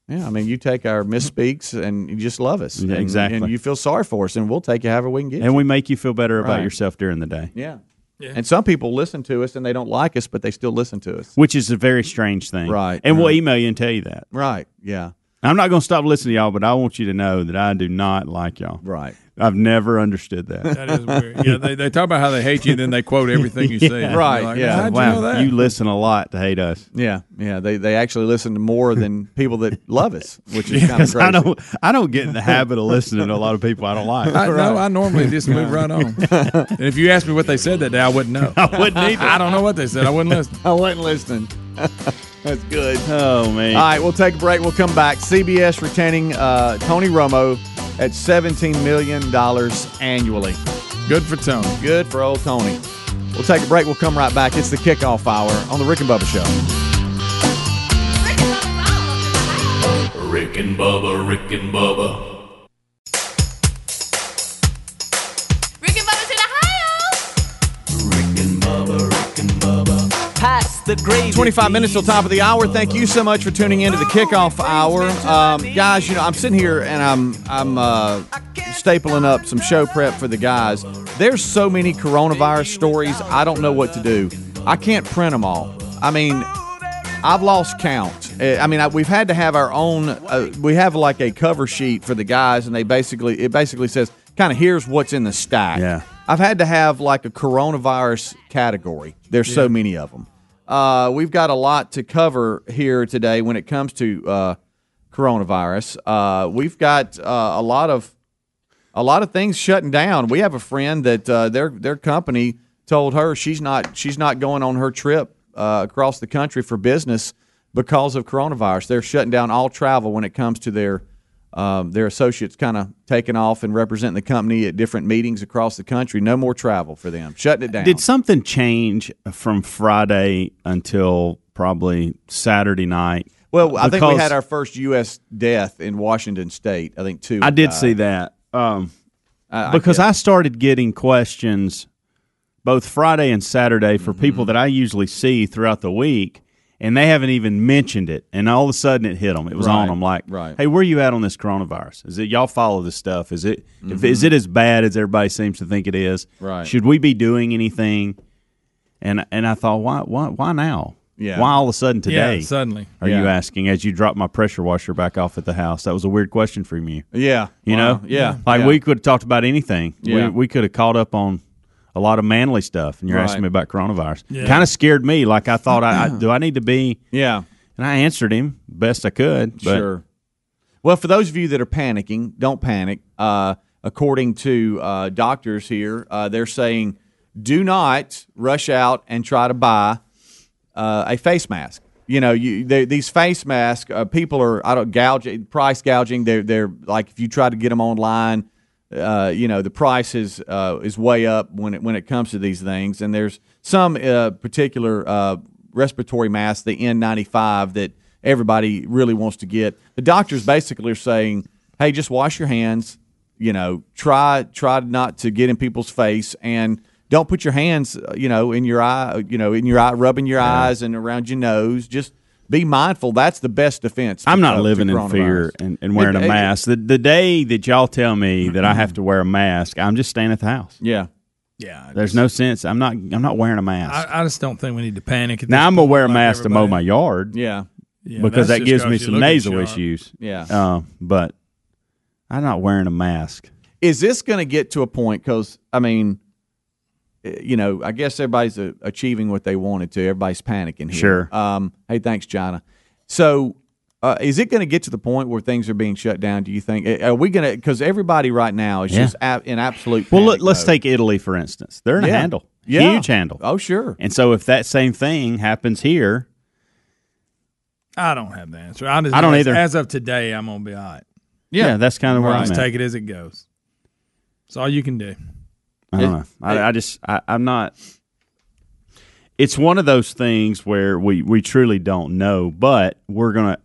Speaker 2: Yeah, I mean, you take our misspeaks and you just love us.
Speaker 3: Yeah,
Speaker 2: And-
Speaker 3: exactly.
Speaker 2: And, you feel sorry for us, and we'll take you however we can get
Speaker 3: And we make you feel better about
Speaker 2: Right.
Speaker 3: yourself during the day,
Speaker 2: you. Yeah. And some people listen to us and they don't like us, but they still listen to us.
Speaker 3: which is a very strange thing.
Speaker 2: Right,
Speaker 3: And we'll
Speaker 2: right.
Speaker 3: email you and tell you that.
Speaker 2: Right. Yeah.
Speaker 3: I'm not going to stop listening to y'all, but I want you to know that I do not like y'all.
Speaker 2: Right.
Speaker 3: I've never understood that.
Speaker 4: That is weird. Yeah, they, they talk about how they hate you, then they quote everything you say. And you're
Speaker 2: Right,
Speaker 4: like,
Speaker 2: yeah.
Speaker 4: How'd you know that?
Speaker 3: listen a lot to hate us.
Speaker 2: Yeah. Yeah. They they actually listen to more than people that love us, which is kind of
Speaker 3: 'Cause
Speaker 2: crazy.
Speaker 3: I don't, I don't get in the habit of listening to a lot of people I don't like.
Speaker 4: I, No, I normally just move right on. and if you asked me what they said that day, I wouldn't know.
Speaker 3: I wouldn't either.
Speaker 4: I don't know what they said. I wouldn't listen.
Speaker 2: I wasn't listening. That's good.
Speaker 3: Oh man,
Speaker 2: All right, we'll take a break. We'll come back. CBS retaining uh, Tony Romo at $17 million annually.
Speaker 4: Good for Tony.
Speaker 2: Good for old Tony. We'll take a break. We'll come right back. It's the kickoff hour on the Rick and Bubba
Speaker 6: Rick
Speaker 2: Show.
Speaker 6: and Bubba's all up in the house.
Speaker 5: Rick and Bubba, Rick and Bubba,
Speaker 6: Rick and Bubba's in Ohio.
Speaker 5: Rick and Bubba, Rick and Bubba,
Speaker 7: Pass the gravy.
Speaker 2: 25 minutes
Speaker 7: please.
Speaker 2: till top of the hour. Thank you so much for tuning in to the kickoff hour. Um, guys, you know, I'm sitting here and I'm I'm uh, stapling up some show prep for the guys. There's so many coronavirus stories. I don't know what to do. I can't print them all. I mean, I've lost count. Uh, I mean, I, we've had to have our own. Uh, we have like a cover sheet for the guys, and they basically it basically says kind of here's what's in the stack.
Speaker 3: Yeah.
Speaker 2: I've had to have like a coronavirus category. There's so many of them. Uh, we've got a lot to cover here today when it comes to uh, coronavirus. Uh, we've got uh, a lot of a lot of things shutting down. We have a friend that uh, their their company told her she's not she's not going on her trip uh, across the country for business because of coronavirus. They're shutting down all travel when it comes to their um, their associates kind of taking off and representing the company at different meetings across the country. No more travel for them. Shutting it down.
Speaker 3: did something change from Friday until probably Saturday night?
Speaker 2: well, I think we
Speaker 3: Because
Speaker 2: had our first U.S. death in Washington State. I think Uh, two.
Speaker 3: I did
Speaker 2: died.
Speaker 3: see that um, because I started getting
Speaker 2: Mm-hmm.
Speaker 3: questions both Friday and Saturday for people that I usually see throughout the week, and they haven't even mentioned it. And all of a sudden, it hit them. It was on
Speaker 2: Right,
Speaker 3: them like,
Speaker 2: right.
Speaker 3: hey, where you at on this coronavirus? Is it y'all follow this stuff? Is it if, is it as bad as everybody seems to think it is?
Speaker 2: Mm-hmm. Right.
Speaker 3: Should we be doing anything?" And and I thought, why why why now?
Speaker 2: Yeah.
Speaker 3: Why all of a sudden today?
Speaker 4: Yeah, suddenly.
Speaker 3: Are you
Speaker 2: Yeah.
Speaker 3: asking as you drop my pressure washer back off at the house? That was a weird question from you.
Speaker 2: Yeah.
Speaker 3: You
Speaker 2: Wow.
Speaker 3: know,
Speaker 2: Yeah.
Speaker 3: like
Speaker 2: yeah.
Speaker 3: we could have talked about anything.
Speaker 2: Yeah.
Speaker 3: We, we could have caught up on a lot of manly stuff, and you're
Speaker 2: Right.
Speaker 3: asking me about coronavirus. Kind of scared me. Like I thought, I, I do I need to be?
Speaker 2: Yeah.
Speaker 3: And I answered him best I could. But
Speaker 2: sure. Well, for those of you that are panicking, don't panic. Uh, according to uh, doctors here, uh, they're saying do not rush out and try to buy uh, a face mask. You know, you they, these face masks, uh, people are I don't gouging, price gouging. They're they're like if you try to get them online, uh, you know, the price is uh, is way up when it when it comes to these things. And there's some uh, particular uh, respiratory mask, the N95, that everybody really wants to get. The doctors basically are saying, hey, just wash your hands. You know, try try not to get in people's face and don't put your hands, uh, you know, in your eye, you know, in your eye, rubbing your eyes and around your nose. Just be mindful. That's the best defense. to-
Speaker 3: I'm
Speaker 2: uh,
Speaker 3: not
Speaker 2: to
Speaker 3: living in fear
Speaker 2: coronavirus.
Speaker 3: and, and wearing
Speaker 2: It-
Speaker 3: a
Speaker 2: it-
Speaker 3: mask. The, the day that y'all tell me that I have to wear a mask, I'm just staying at the house.
Speaker 2: Yeah.
Speaker 4: Yeah.
Speaker 3: There's no sense. I'm not. I'm not wearing a mask.
Speaker 4: I, I just don't think we need to panic. At
Speaker 3: now
Speaker 4: this
Speaker 3: I'm gonna
Speaker 4: point,
Speaker 3: wear a
Speaker 4: like
Speaker 3: mask to mow my
Speaker 4: everybody.
Speaker 3: yard.
Speaker 2: Yeah.
Speaker 4: Yeah,
Speaker 3: because
Speaker 4: that's
Speaker 3: that
Speaker 4: just
Speaker 3: gives
Speaker 4: 'cause
Speaker 3: me
Speaker 4: you
Speaker 3: some
Speaker 4: look at
Speaker 3: nasal
Speaker 4: y'all.
Speaker 3: issues.
Speaker 2: Yeah.
Speaker 3: Uh, but I'm not wearing a mask.
Speaker 2: Is this going to get to a point? Because, I mean, eh, you know, I guess everybody's uh, achieving what they wanted to. Everybody's panicking here.
Speaker 3: Sure.
Speaker 2: Um, hey, thanks, China. So, uh, is it going to get to the point where things are being shut down? Do you think? Eh, Are we going to? Because everybody right now is
Speaker 3: Yeah.
Speaker 2: just ab- in absolute.
Speaker 3: Well,
Speaker 2: panic
Speaker 3: let, let's
Speaker 2: mode.
Speaker 3: take Italy for instance. They're in a
Speaker 2: Yeah.
Speaker 3: handle,
Speaker 2: Yeah.
Speaker 3: huge handle.
Speaker 2: Oh, sure.
Speaker 3: And so if that same thing happens here,
Speaker 4: I don't have the answer. I, just
Speaker 3: I don't
Speaker 4: know as-
Speaker 3: either.
Speaker 4: As of today, I'm gonna be all right.
Speaker 3: yeah, that's kind of where
Speaker 4: I'll
Speaker 3: I'm
Speaker 4: just
Speaker 3: at.
Speaker 4: take it as it goes. It's all you can do.
Speaker 3: I don't know. I, I just I, I'm not. It's one of those things where we we truly don't know, but we're gonna.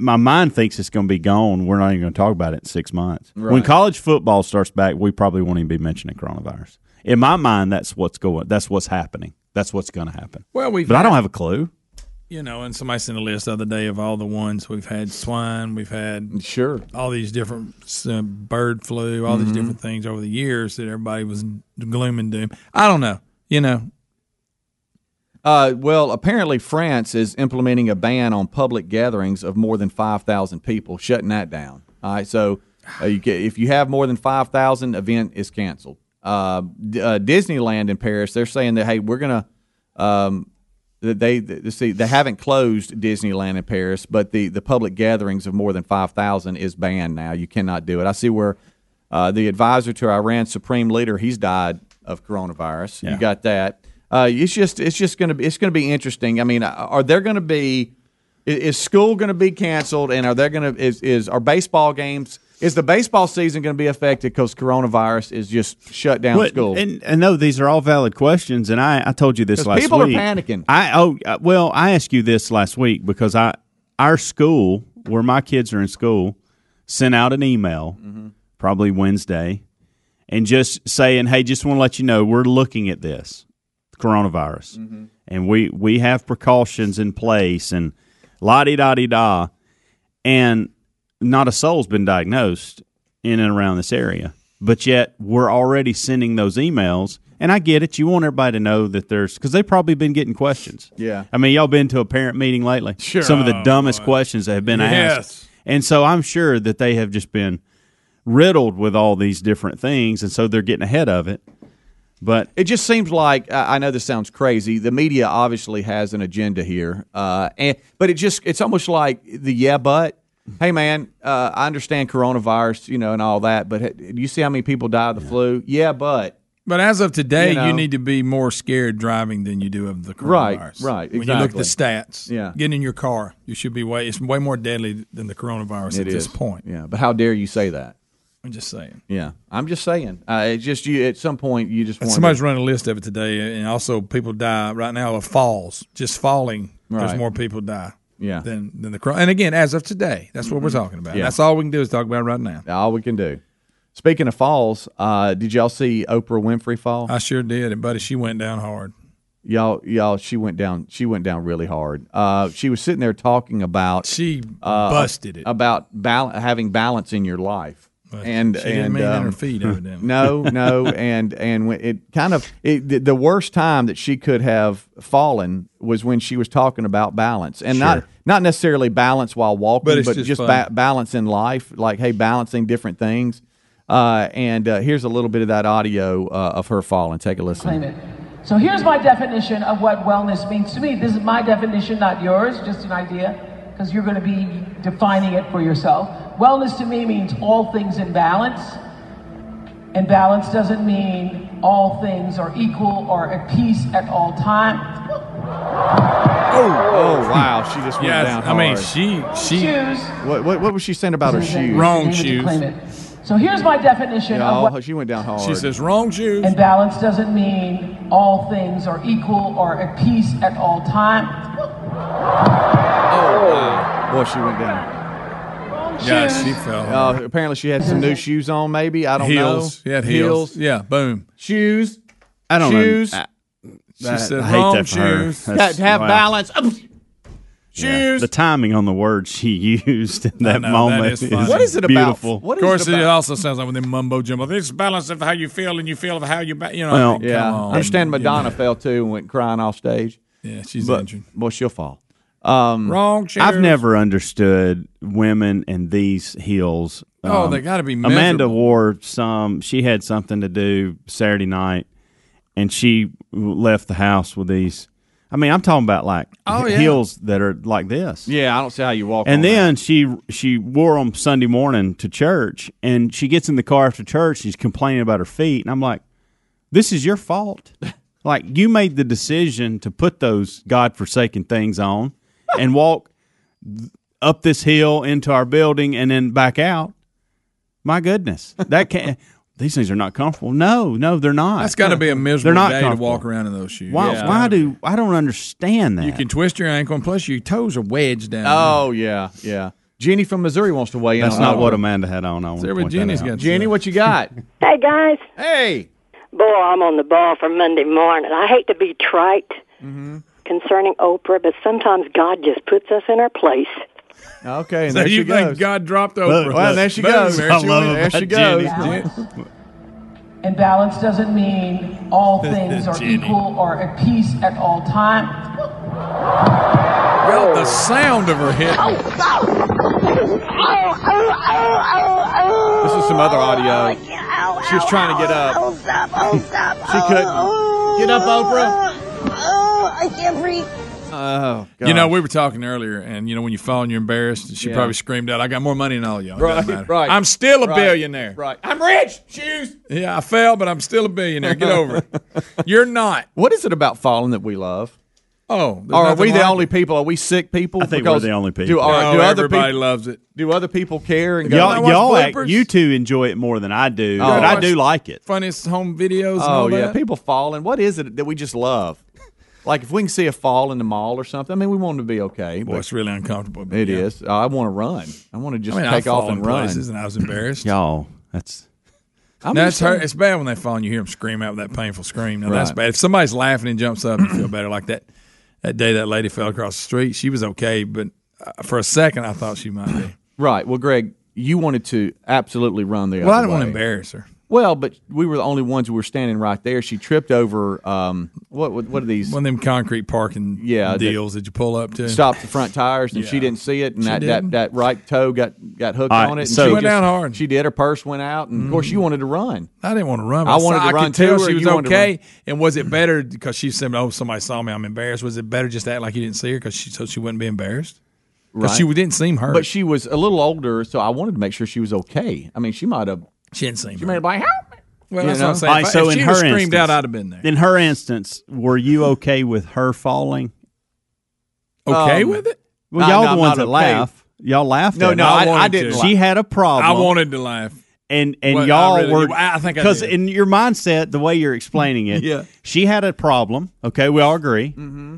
Speaker 3: My mind thinks it's going to be gone. We're not even going to talk about it in six months. When
Speaker 2: Right.
Speaker 3: college football starts back, we probably won't even be mentioning coronavirus. In my mind, that's what's going. That's what's happening. That's what's going to happen.
Speaker 4: Well, we've
Speaker 3: But I don't have a clue.
Speaker 4: you know, and somebody sent a list the other day of all the ones we've had swine, we've had
Speaker 2: Sure.
Speaker 4: all these different uh, bird flu, all
Speaker 3: Mm-hmm.
Speaker 4: these different things over the years that everybody was in gloom and doom. I don't know. You know,
Speaker 2: Uh, well, apparently France is implementing a ban on public gatherings of more than five thousand people, shutting that down. All right, so uh, you ca if you have more than five thousand, event is canceled. Uh, D- uh, Disneyland in Paris, they're saying that hey, we're gonna um, that they th- see they haven't closed Disneyland in Paris, but the the public gatherings of more than five thousand is banned now. You cannot do it. I see where uh, the advisor to Iran's supreme leader he's died of coronavirus. You got that. Uh, it's just it's just gonna be it's gonna be interesting. I mean, uh, are there gonna be i- is school gonna be canceled and are there gonna is is are baseball games is the baseball season gonna be affected because coronavirus is just shut down
Speaker 3: But-
Speaker 2: school?
Speaker 3: And, and no, these are all valid questions. And I, I told you this
Speaker 2: 'Cause
Speaker 3: last
Speaker 2: people are
Speaker 3: week.
Speaker 2: panicking.
Speaker 3: I oh uh, well, I asked you this last week because I our school where my kids are in school sent out an email
Speaker 2: Mm-hmm.
Speaker 3: probably Wednesday and just saying, hey, just want to let you know we're looking at this coronavirus
Speaker 4: Mm-hmm.
Speaker 3: and we we have precautions in place and la di da di da and not a soul's been diagnosed in and around this area. But yet we're already sending those emails, and I get it. You want everybody to know that there's because they've probably been getting questions.
Speaker 2: Yeah.
Speaker 3: I mean, y'all been to a parent meeting lately?
Speaker 4: Sure.
Speaker 3: Some of the
Speaker 4: Oh,
Speaker 3: dumbest
Speaker 4: boy.
Speaker 3: questions that have been asked,
Speaker 4: Yes.
Speaker 3: and so I'm sure that they have just been riddled with all these different things, and so they're getting ahead of it. But
Speaker 2: It just seems like I I know this sounds crazy. The media obviously has an agenda here, uh, and but it just it's almost like the yeah, but hey, man, uh, I understand coronavirus, you know, and all that, but do you see how many people die of the flu? Yeah, but
Speaker 4: but as of today,
Speaker 2: You
Speaker 4: you,
Speaker 2: know.
Speaker 4: need to be more scared driving than you do of the
Speaker 2: Right,
Speaker 4: coronavirus.
Speaker 2: right,
Speaker 4: When you look at the
Speaker 2: exactly.
Speaker 4: stats,
Speaker 2: Yeah.
Speaker 4: getting in your car, you should be way. It's way more deadly than the coronavirus at
Speaker 2: it is
Speaker 4: this point.
Speaker 2: Yeah, but how dare you say that?
Speaker 4: I'm just saying.
Speaker 2: Yeah, I'm just saying. Uh, it's just you. At some point, you just want
Speaker 4: Somebody's running a list of it today, and also people die right now of falls. Just falling,
Speaker 2: Right.
Speaker 4: there's more people die.
Speaker 2: Yeah. Mm-hmm.
Speaker 4: Than than the corona. And again, as of today, that's what we're talking about.
Speaker 2: Yeah.
Speaker 4: That's all we can do is talk about it right now.
Speaker 2: all we can do. Speaking of falls, uh, did y'all see Oprah Winfrey fall?
Speaker 4: I sure did, and buddy, she went down hard.
Speaker 2: y'all, y'all. She went down. She went down really hard. Uh, she was sitting there talking about
Speaker 4: She
Speaker 2: uh,
Speaker 4: busted it.
Speaker 2: about bal- having balance in your life. And
Speaker 4: she
Speaker 2: and
Speaker 4: didn't mean
Speaker 2: um,
Speaker 4: in her feet, evidently.
Speaker 2: no, no, and and when it kind of it, the- the worst time that she could have fallen was when she was talking about balance, and not not necessarily balance while walking,
Speaker 4: But it's
Speaker 2: but, just,
Speaker 4: just
Speaker 2: ba-
Speaker 4: fun.
Speaker 2: balance in life, like hey, balancing different things. Uh, and uh, here's a little bit of that audio uh, of her falling. Take a listen.
Speaker 8: claim it. So here's my definition of what wellness means to me. This is my definition, not yours, just an idea, because you're going to be defining it for yourself. Wellness to me means all things in balance, and balance doesn't mean all things are equal or at peace at all time.
Speaker 2: Oh wow, she just went
Speaker 4: Yeah,
Speaker 2: down.
Speaker 4: I mean,
Speaker 2: hard.
Speaker 4: she she
Speaker 8: Shoes.
Speaker 2: what, what what was she saying about her shoes?
Speaker 4: Wrong
Speaker 8: David, to
Speaker 4: shoes.
Speaker 8: Claim it. So here's my definition of what
Speaker 2: Y'all, she went down hard.
Speaker 4: she says wrong shoes.
Speaker 8: And balance doesn't mean all things are equal or at peace at all time.
Speaker 2: Boy, she went down.
Speaker 4: Yeah, she fell.
Speaker 2: Uh, apparently, she had some new shoes on. Maybe I don't
Speaker 4: heels.
Speaker 2: know.
Speaker 4: Yeah, heels. Yeah, boom.
Speaker 2: shoes.
Speaker 3: I don't
Speaker 2: Shoes.
Speaker 3: know. I-
Speaker 4: She
Speaker 3: that-
Speaker 4: said
Speaker 3: I hate
Speaker 4: wrong
Speaker 3: that for her.
Speaker 4: shoes.
Speaker 3: That's-
Speaker 2: to have
Speaker 3: wow.
Speaker 2: balance. Oh,
Speaker 3: Yeah.
Speaker 4: Shoes.
Speaker 3: The timing on the words she used in that
Speaker 4: know, that
Speaker 3: moment
Speaker 4: is funny.
Speaker 2: What is it about?
Speaker 3: Beautiful.
Speaker 2: What
Speaker 4: Of
Speaker 2: is
Speaker 4: course,
Speaker 2: it
Speaker 4: it
Speaker 2: about?
Speaker 4: also sounds like with them mumbo jumbo. This balance of how you feel and you feel of how you, ba- you know.
Speaker 3: Well,
Speaker 4: I mean, come
Speaker 2: Yeah,
Speaker 4: on.
Speaker 2: I understand Madonna fell too and went crying off stage,
Speaker 4: Yeah, she's
Speaker 2: but
Speaker 4: injured.
Speaker 2: boy, she'll fall.
Speaker 4: Wrong shoes.
Speaker 3: I've never understood women and these heels. um,
Speaker 4: Oh, they gotta be
Speaker 3: Amanda
Speaker 4: miserable.
Speaker 3: wore some. She had something to do Saturday night, and she left the house with these. I mean, I'm talking about like
Speaker 4: Oh,
Speaker 3: he-
Speaker 4: yeah.
Speaker 3: heels that are like this.
Speaker 2: Yeah, I don't see how you walk.
Speaker 4: Oh,
Speaker 3: And
Speaker 2: on
Speaker 3: then she she wore them Sunday morning to church, and she gets in the car after church. She's complaining about her feet, and I'm like, "This is your fault. like you made the decision to put those godforsaken things on and walk up this hill into our building and then back out. My goodness, that can not These things are not comfortable. No, no, they're not.
Speaker 4: That's got to be a miserable
Speaker 3: They're not
Speaker 4: day to
Speaker 3: comfortable.
Speaker 4: walk around in those shoes.
Speaker 3: Why?
Speaker 4: Yeah.
Speaker 3: Why do I don't understand that?
Speaker 4: you can twist your ankle and plus your toes are wedged down?
Speaker 2: that. oh yeah, yeah. Jenny from Missouri wants to weigh in.
Speaker 3: That's
Speaker 2: on
Speaker 3: not
Speaker 2: that.
Speaker 3: what Amanda had on. I want
Speaker 4: there
Speaker 3: to
Speaker 4: what
Speaker 3: point that
Speaker 4: Jenny's
Speaker 3: out.
Speaker 4: got.
Speaker 2: Jenny, what you got?
Speaker 9: Hey guys,
Speaker 2: hey,
Speaker 9: boy, I'm on the ball for Monday morning. I hate to be trite
Speaker 10: Mm-hmm.
Speaker 9: concerning Oprah, but sometimes God just puts us in our place.
Speaker 2: okay, and
Speaker 4: So
Speaker 2: there she
Speaker 4: you
Speaker 2: goes.
Speaker 4: think God dropped Oprah?
Speaker 2: well, there she
Speaker 4: Boom,
Speaker 2: goes.
Speaker 4: there
Speaker 2: I
Speaker 4: she
Speaker 2: love
Speaker 4: went.
Speaker 2: it. There she goes.
Speaker 8: And balance doesn't mean all things are
Speaker 4: Jenny.
Speaker 8: equal or at peace at all time.
Speaker 4: Well, the sound of her hit.
Speaker 2: This is some other audio. She was trying to get up. She couldn't get up, Oprah. Oh, God.
Speaker 4: You know, we were talking earlier, and you know when you fall and you're embarrassed, she
Speaker 2: Yeah.
Speaker 4: probably screamed out, "I got more money than all y'all." It doesn't
Speaker 2: Right,
Speaker 4: matter.
Speaker 2: right.
Speaker 4: I'm still a
Speaker 2: Right,
Speaker 4: billionaire.
Speaker 2: right.
Speaker 4: I'm rich. Shoes. Yeah, I fell, but I'm still a billionaire. Get over it. You're not.
Speaker 2: what is it about falling that we love?
Speaker 4: Oh,
Speaker 2: Or are we the only people? Are we sick people? I
Speaker 3: think we're the only
Speaker 2: Do,
Speaker 3: people.
Speaker 4: Oh,
Speaker 2: are, do other
Speaker 4: everybody
Speaker 2: people
Speaker 4: loves it.
Speaker 2: do other people care and go?
Speaker 3: y'all,
Speaker 4: watch
Speaker 3: y'all act,
Speaker 4: bloopers?
Speaker 3: you two enjoy it more than I do, but
Speaker 2: watch-
Speaker 3: I do like it.
Speaker 4: Funniest home videos. and
Speaker 2: oh
Speaker 4: all
Speaker 2: yeah,
Speaker 4: that.
Speaker 2: people falling. What is it that we just love? Like if we can see a fall in the mall or something, I mean, we want 'em to be okay.
Speaker 4: Boy,
Speaker 2: But
Speaker 4: it's really uncomfortable. but
Speaker 2: it
Speaker 4: yeah.
Speaker 2: is. Oh, I want to run. I want to just
Speaker 4: I mean,
Speaker 2: take
Speaker 4: I've
Speaker 2: off
Speaker 4: fallen
Speaker 2: and run.
Speaker 4: places, and I was embarrassed.
Speaker 3: Y'all, that's
Speaker 2: I'm
Speaker 4: That's
Speaker 2: just-
Speaker 4: hurt. It's bad when they fall and you hear them scream out with that painful scream. Now that's
Speaker 2: Right.
Speaker 4: bad. If somebody's laughing and jumps up, you feel better. Like that that day that lady fell across the street, she was okay, but uh, for a second I thought she might be.
Speaker 2: Right. Well, Greg, you wanted to absolutely run the.
Speaker 4: Well, I
Speaker 2: other
Speaker 4: didn't want to
Speaker 2: way.
Speaker 4: embarrass her.
Speaker 2: Well, but we were the only ones who were standing right there. She tripped over. Um, what what, what are these?
Speaker 4: One of them concrete parking
Speaker 2: Yeah, that-
Speaker 4: deals that, you pull up to.
Speaker 2: Stopped the front tires, and she
Speaker 4: Yeah.
Speaker 2: didn't see it, and that, that
Speaker 4: didn't.
Speaker 2: that right toe got got hooked
Speaker 3: All right,
Speaker 2: on it. And
Speaker 3: so-
Speaker 2: she
Speaker 3: Went
Speaker 4: down hard.
Speaker 2: She did. Her purse went out, and of course, you wanted to run.
Speaker 4: I didn't want to run.
Speaker 2: I
Speaker 4: but
Speaker 2: wanted
Speaker 4: saw-
Speaker 2: to
Speaker 4: I
Speaker 2: run
Speaker 4: could tell
Speaker 2: too, or
Speaker 4: she was
Speaker 2: you wanted to
Speaker 4: okay. And was it better because she said, "Oh, somebody saw me. I'm embarrassed." Was it better just to act like you didn't see her because she so she wouldn't be embarrassed? Because
Speaker 2: Right.
Speaker 4: she didn't seem hurt.
Speaker 2: But she was a little older, so I wanted to make sure she was okay. I mean, she might have.
Speaker 4: she didn't seem.
Speaker 2: She
Speaker 4: hurt.
Speaker 2: might have been like, help me.
Speaker 4: well,
Speaker 2: you
Speaker 4: that's
Speaker 2: know.
Speaker 4: what I'm saying.
Speaker 3: All right,
Speaker 4: If I-
Speaker 3: so
Speaker 4: if
Speaker 3: in
Speaker 4: she
Speaker 3: her
Speaker 4: would've screamed out,
Speaker 3: instance-
Speaker 4: I'd have been there.
Speaker 3: in her instance. Were you okay with her falling?
Speaker 4: okay
Speaker 2: Um,
Speaker 4: with it?
Speaker 3: Well,
Speaker 2: No,
Speaker 3: y'all
Speaker 2: no,
Speaker 3: the ones
Speaker 2: not
Speaker 3: that
Speaker 2: okay.
Speaker 3: laugh. Y'all laughed.
Speaker 2: No,
Speaker 3: at
Speaker 2: no,
Speaker 3: her.
Speaker 2: I, I
Speaker 4: wanted
Speaker 2: didn't.
Speaker 4: to.
Speaker 2: like-
Speaker 3: She had a problem.
Speaker 4: I wanted to laugh.
Speaker 3: and and
Speaker 4: Well, I
Speaker 3: y'all
Speaker 4: really-
Speaker 3: were.
Speaker 4: I- I think I
Speaker 3: because
Speaker 4: did.
Speaker 3: in your mindset, the way you're explaining it,
Speaker 4: Yeah.
Speaker 3: she had a problem. Okay, we all agree. Mm-hmm.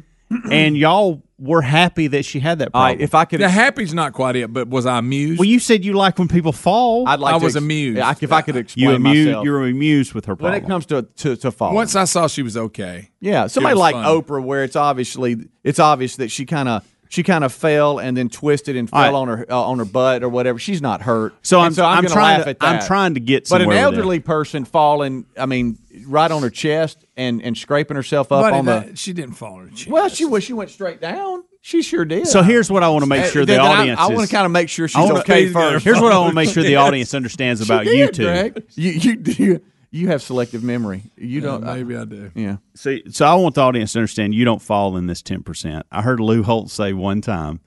Speaker 3: And y'all we're happy that she had that
Speaker 2: All
Speaker 3: problem.
Speaker 2: right, if I could,
Speaker 4: The happy's not quite it, but was I amused?
Speaker 3: well, you said you like when people fall.
Speaker 2: I'd like.
Speaker 4: I
Speaker 2: to
Speaker 4: was amused.
Speaker 2: Yeah, I- if I could explain
Speaker 3: you amused.
Speaker 2: myself.
Speaker 3: You're amused with her
Speaker 2: when
Speaker 3: problem.
Speaker 2: it comes to to, to fall.
Speaker 4: Once I saw she was okay.
Speaker 2: Yeah, somebody
Speaker 4: was
Speaker 2: like
Speaker 4: fun.
Speaker 2: Oprah, where it's obviously it's obvious that she kind of she kind of fell and then twisted and fell
Speaker 3: All right.
Speaker 2: on her uh, on her butt or whatever. She's not hurt,
Speaker 3: So
Speaker 2: And
Speaker 3: I'm- I'm
Speaker 2: gonna
Speaker 3: trying
Speaker 2: laugh
Speaker 3: to-
Speaker 2: at that.
Speaker 3: I'm trying to get
Speaker 2: But an
Speaker 3: somewhere with
Speaker 2: elderly person falling, I mean, right on her chest and and scraping herself up
Speaker 4: Buddy,
Speaker 2: on
Speaker 4: that-
Speaker 2: the.
Speaker 4: she didn't fall on her chin.
Speaker 2: Well, she was she went straight down. She sure did.
Speaker 3: so here's what I want to make
Speaker 2: Uh,
Speaker 3: sure the
Speaker 2: then- then I-
Speaker 3: audience.
Speaker 2: I,
Speaker 3: is-
Speaker 2: want to kind of make sure
Speaker 3: I
Speaker 2: she's
Speaker 3: wanna-
Speaker 2: okay first.
Speaker 3: Here's what I want to make sure the audience understands about
Speaker 2: She
Speaker 3: you
Speaker 2: did,
Speaker 3: two.
Speaker 2: Greg. You you you you have selective memory. You
Speaker 4: Yeah,
Speaker 2: don't. I-
Speaker 4: maybe I do.
Speaker 2: yeah.
Speaker 3: So, so I want the audience to understand you don't fall in this 10%. I heard Lou Holt say one time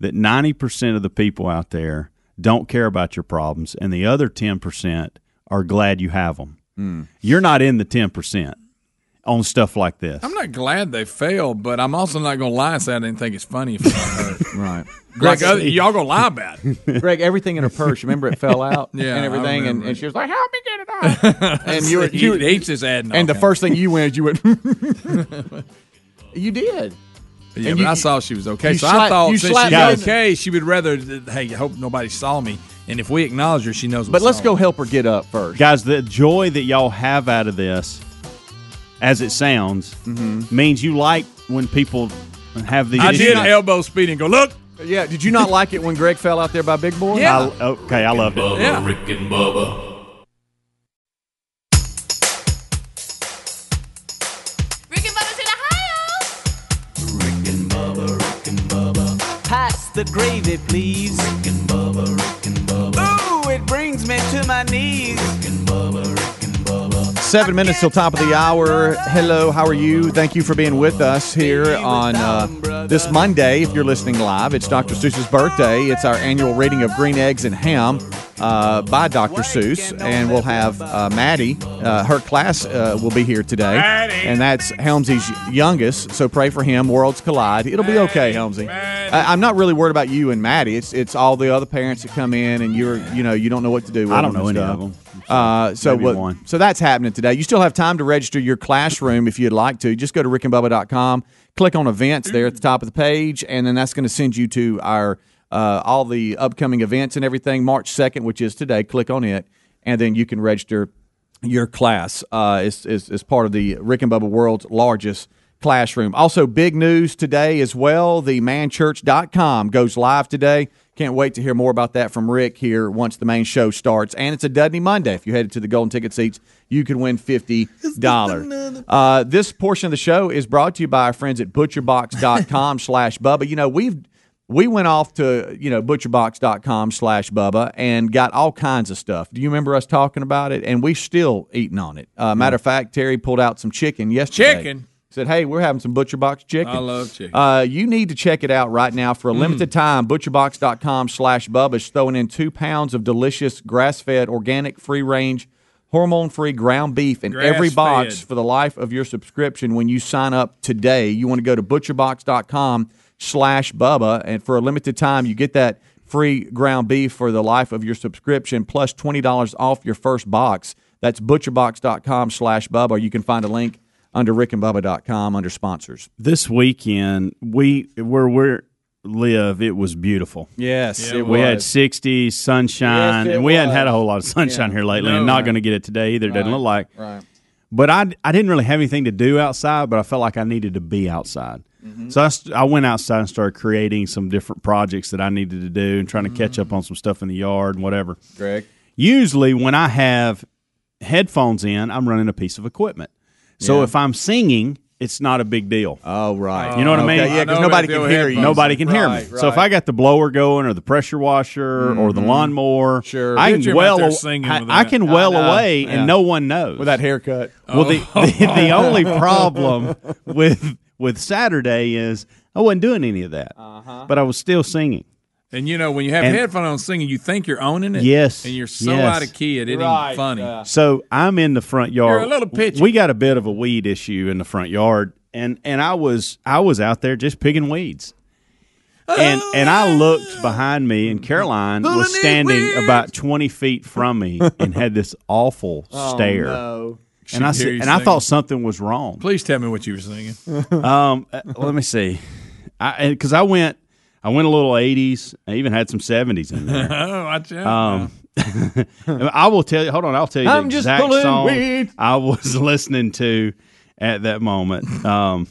Speaker 3: that 90% of the people out there don't care about your problems, and the other 10% are glad you have them.
Speaker 2: Hmm.
Speaker 3: You're not in the 10% on stuff like this.
Speaker 4: I'm not glad they failed, but I'm also not going to lie and say I didn't think it's funny if I hurt.
Speaker 2: Right.
Speaker 4: like,
Speaker 3: oh,
Speaker 4: other, y'all going to lie about it.
Speaker 2: Greg, everything in her purse. Remember, it fell out
Speaker 4: Yeah,
Speaker 2: and
Speaker 4: I
Speaker 2: everything, and,
Speaker 4: remember.
Speaker 2: and she was like, "Help me get it out." and you, were, you,
Speaker 4: you hates this ad.
Speaker 2: and the first thing you went, is you went, you did.
Speaker 4: Yeah, but
Speaker 2: and you-
Speaker 4: I saw she was okay.
Speaker 2: you
Speaker 4: So
Speaker 2: slap-
Speaker 4: I thought
Speaker 2: you
Speaker 4: since
Speaker 2: slap-
Speaker 4: she's
Speaker 3: Guys.
Speaker 4: okay, she would rather, hey, I hope nobody saw me. And if we acknowledge her, she knows
Speaker 2: But
Speaker 4: what's
Speaker 2: let's go
Speaker 4: on.
Speaker 2: help her get up first.
Speaker 3: Guys, the joy that y'all have out of this, as it sounds,
Speaker 2: Mm-hmm.
Speaker 3: means you like when people have these
Speaker 4: I
Speaker 3: issues.
Speaker 4: did elbow speed and go, look.
Speaker 2: Yeah. Did you not like it when Greg fell out there by Big Boy?
Speaker 4: Yeah.
Speaker 3: I- okay, I loved it.
Speaker 5: Bubba,
Speaker 4: Yeah.
Speaker 5: Rick and Bubba.
Speaker 11: Rick and Bubba's in Ohio.
Speaker 5: Rick and Bubba, Rick and Bubba.
Speaker 12: Pass the gravy, please.
Speaker 5: Rick and Bubba, Rick and Bubba.
Speaker 12: Ooh, it brings me to my knees.
Speaker 5: Rick and Bubba, Rick and Bubba.
Speaker 2: Seven minutes till top of the hour. Hello, how are you? Thank you for being with us here on uh, this Monday. If you're listening live, it's Dr. Seuss's birthday. It's our annual reading of Green Eggs and Ham uh, by Dr. Seuss, and we'll have uh, Maddie. Uh, her class uh, will be here today, and that's Helmsy's youngest. So pray for him. Worlds collide. It'll be okay, Helmsy. I- I'm not really worried about you and Maddie. It's it's all the other parents that come in, and you're you know you don't know what to do. With
Speaker 3: I don't
Speaker 2: them
Speaker 3: know
Speaker 2: and
Speaker 3: any of
Speaker 2: stuff.
Speaker 3: them.
Speaker 2: Uh, so
Speaker 3: Maybe
Speaker 2: what-
Speaker 3: one.
Speaker 2: so that's happening today. You still have time to register your classroom if you'd like to. Just go to rickandbubba.com, click on events there at the top of the page, and then that's going to send you to our uh, all the upcoming events and everything. March second, which is today, click on it, and then you can register your class uh, is, is is part of the Rick and Bubba world's largest classroom. Also, big news today as well. The manchurch.com goes live today. Can't wait to hear more about that from Rick here once the main show starts. And it's a Dudney Monday. If you headed to the Golden Ticket seats, you could win $50. Uh, this portion of the show is brought to you by our friends at butcherbox.com slash Bubba. You know, we've we went off to, you know, butcherbox.com slash Bubba and got all kinds of stuff. Do you remember us talking about it? And we still eating on it. Uh, matter of fact, Terry pulled out some chicken yesterday.
Speaker 4: Chicken?
Speaker 2: Said, hey, we're having some ButcherBox chicken.
Speaker 4: I love chicken. Mm.
Speaker 2: Uh, you need to check it out right now for a limited time. ButcherBox.com slash Bubba is throwing in two pounds of delicious grass-fed, organic, free-range, hormone-free ground beef in every box
Speaker 4: Grass-fed.
Speaker 2: for the life of your subscription when you sign up today. You want to go to butcherbox.com slash Bubba, and for a limited time, you get that free ground beef for the life of your subscription, plus $20 off your first box. That's butcherbox.com slash Bubba, or you can find a link under rickandbubba.com under sponsors.
Speaker 3: This weekend, we where we live, it was beautiful.
Speaker 2: Yes, it
Speaker 3: We had 60 sunshine,
Speaker 2: Yes, it
Speaker 3: and we hadn't
Speaker 2: was.
Speaker 3: had a whole lot of sunshine here lately, and not going to get it today either. Doesn't look like.
Speaker 2: Right.
Speaker 3: But I, I didn't really have anything to do outside, but I felt like I needed to be outside.
Speaker 2: Mm-hmm.
Speaker 3: So I, st- I went outside and started creating some different projects that I needed to do and trying to catch
Speaker 2: Mm-hmm.
Speaker 3: up on some stuff in the yard and whatever.
Speaker 2: Greg.
Speaker 3: Usually, when I have headphones in, I'm running a piece of equipment. So if I'm singing, it's not a big deal.
Speaker 2: Oh, right.
Speaker 3: You know what I mean?
Speaker 2: Okay, yeah,
Speaker 4: I
Speaker 2: because
Speaker 4: know
Speaker 2: nobody
Speaker 4: about
Speaker 2: can
Speaker 4: the
Speaker 2: hear you.
Speaker 4: headphones.
Speaker 3: Nobody can hear me.
Speaker 2: Right,
Speaker 3: So if
Speaker 2: right.
Speaker 3: I got the blower going or the pressure washer or the
Speaker 2: Mm-hmm.
Speaker 3: lawnmower,
Speaker 2: Sure.
Speaker 3: I
Speaker 4: Picture him out
Speaker 3: can well,
Speaker 4: there
Speaker 3: I,
Speaker 4: singing with
Speaker 3: I
Speaker 4: that.
Speaker 3: can well
Speaker 2: know.
Speaker 3: away,
Speaker 2: Yeah.
Speaker 3: and no one knows.
Speaker 2: With that haircut.
Speaker 3: well, the,
Speaker 4: Oh.
Speaker 3: the the only problem with with Saturday is I wasn't doing any of that,
Speaker 4: Uh-huh.
Speaker 3: but I was still singing.
Speaker 4: And you know, when you have
Speaker 3: And-
Speaker 4: headphones on singing, you think you're owning it.
Speaker 3: Yes,
Speaker 4: And you're so
Speaker 3: yes.
Speaker 4: out of key, it ain't
Speaker 2: Right,
Speaker 4: funny.
Speaker 2: yeah.
Speaker 3: So I'm in the front yard.
Speaker 4: You're a little pitchy.
Speaker 3: We got a bit of a weed issue in the front yard, and and I was I was out there just picking weeds. And and I looked behind me, and Caroline was standing about twenty feet from me, and had this awful stare. And I
Speaker 4: Oh, She
Speaker 3: said,
Speaker 4: hear you
Speaker 3: and I
Speaker 4: singing.
Speaker 3: thought something was wrong.
Speaker 4: Oh, Please tell me what you were singing.
Speaker 3: Um, uh, let me see. I because I went, I went a little '80s. I even had some '70s in there.
Speaker 4: oh, watch out.
Speaker 3: Um, I will tell you. Hold on, I'll tell you
Speaker 2: I'm
Speaker 3: the
Speaker 2: just
Speaker 3: exact
Speaker 2: pulling
Speaker 3: song
Speaker 2: weed.
Speaker 3: I was listening to at that moment. Um,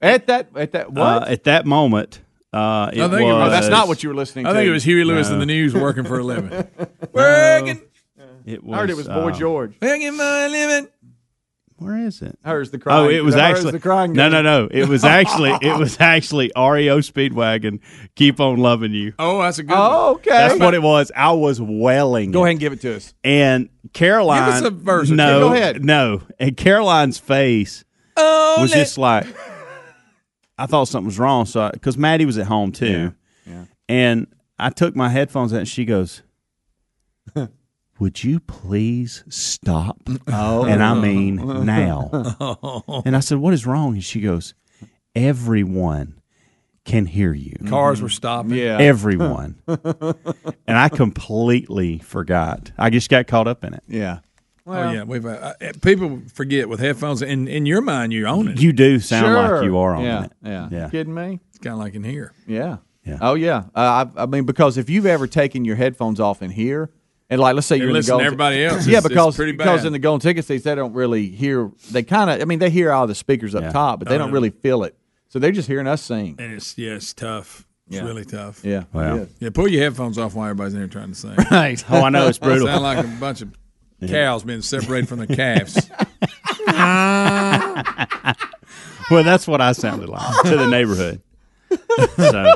Speaker 2: At that, at that, what?
Speaker 3: uh, at that moment, uh, it
Speaker 4: I think it
Speaker 3: was.
Speaker 4: was-
Speaker 2: oh, that's not what you were listening
Speaker 4: I
Speaker 2: to.
Speaker 4: think it was Huey Lewis in the news working for a living. working,
Speaker 3: It was,
Speaker 2: I heard it was
Speaker 3: uh,
Speaker 2: Boy George.
Speaker 4: working for a living.
Speaker 3: Where is it?
Speaker 2: Hers the crying.
Speaker 3: Oh, it was
Speaker 2: hers
Speaker 3: actually
Speaker 2: the crying.
Speaker 3: no,
Speaker 2: game.
Speaker 3: no, no. It was actually it was actually REO Speedwagon. Keep on loving you.
Speaker 4: Oh, that's a good. one.
Speaker 2: Oh, okay.
Speaker 3: That's what it was. I was wailing.
Speaker 2: Go ahead and give it to us.
Speaker 3: And Caroline,
Speaker 4: Give us a verse or
Speaker 3: No,
Speaker 2: two. Go ahead.
Speaker 3: No, and Caroline's face was just like I thought something was wrong. So because Maddie was at home too, and I took my headphones out, and she goes, "Would you please stop?" Oh, and I mean now. and I said, "What is wrong?" And she goes, "Everyone can hear you."
Speaker 4: Cars were stopping.
Speaker 2: Yeah.
Speaker 3: Everyone. and I completely forgot. I just got caught up in it.
Speaker 2: yeah.
Speaker 4: oh yeah, we've uh, uh, people forget with headphones. In in your mind, you own it.
Speaker 3: You do sound
Speaker 2: Sure.
Speaker 3: like you are on
Speaker 2: yeah,
Speaker 3: it.
Speaker 2: Yeah.
Speaker 3: Yeah.
Speaker 2: Kidding me?
Speaker 4: It's kind of like in here.
Speaker 2: Yeah.
Speaker 3: Yeah.
Speaker 2: Oh yeah. Uh, I, I mean, because if you've ever taken your headphones off in here, and like let's say you're in the
Speaker 4: listening to
Speaker 2: golden-
Speaker 4: everybody else.
Speaker 2: yeah,
Speaker 4: It's- it's
Speaker 2: because
Speaker 4: pretty
Speaker 2: because
Speaker 4: bad.
Speaker 2: in the golden ticket seats they don't really hear. They kind of. I mean, they hear all the speakers up
Speaker 3: Yeah.
Speaker 2: top, but they don't really feel it. So they're just hearing us sing.
Speaker 4: And it's Oh, yeah, it's tough. It's really tough.
Speaker 2: Yeah.
Speaker 3: Wow.
Speaker 4: Yeah, pull your headphones off while everybody's in there trying to sing.
Speaker 2: Right.
Speaker 3: Oh, I know it's brutal.
Speaker 4: Sound like a bunch of cows being separated from their calves.
Speaker 3: Well, that's what I sounded like to the neighborhood. so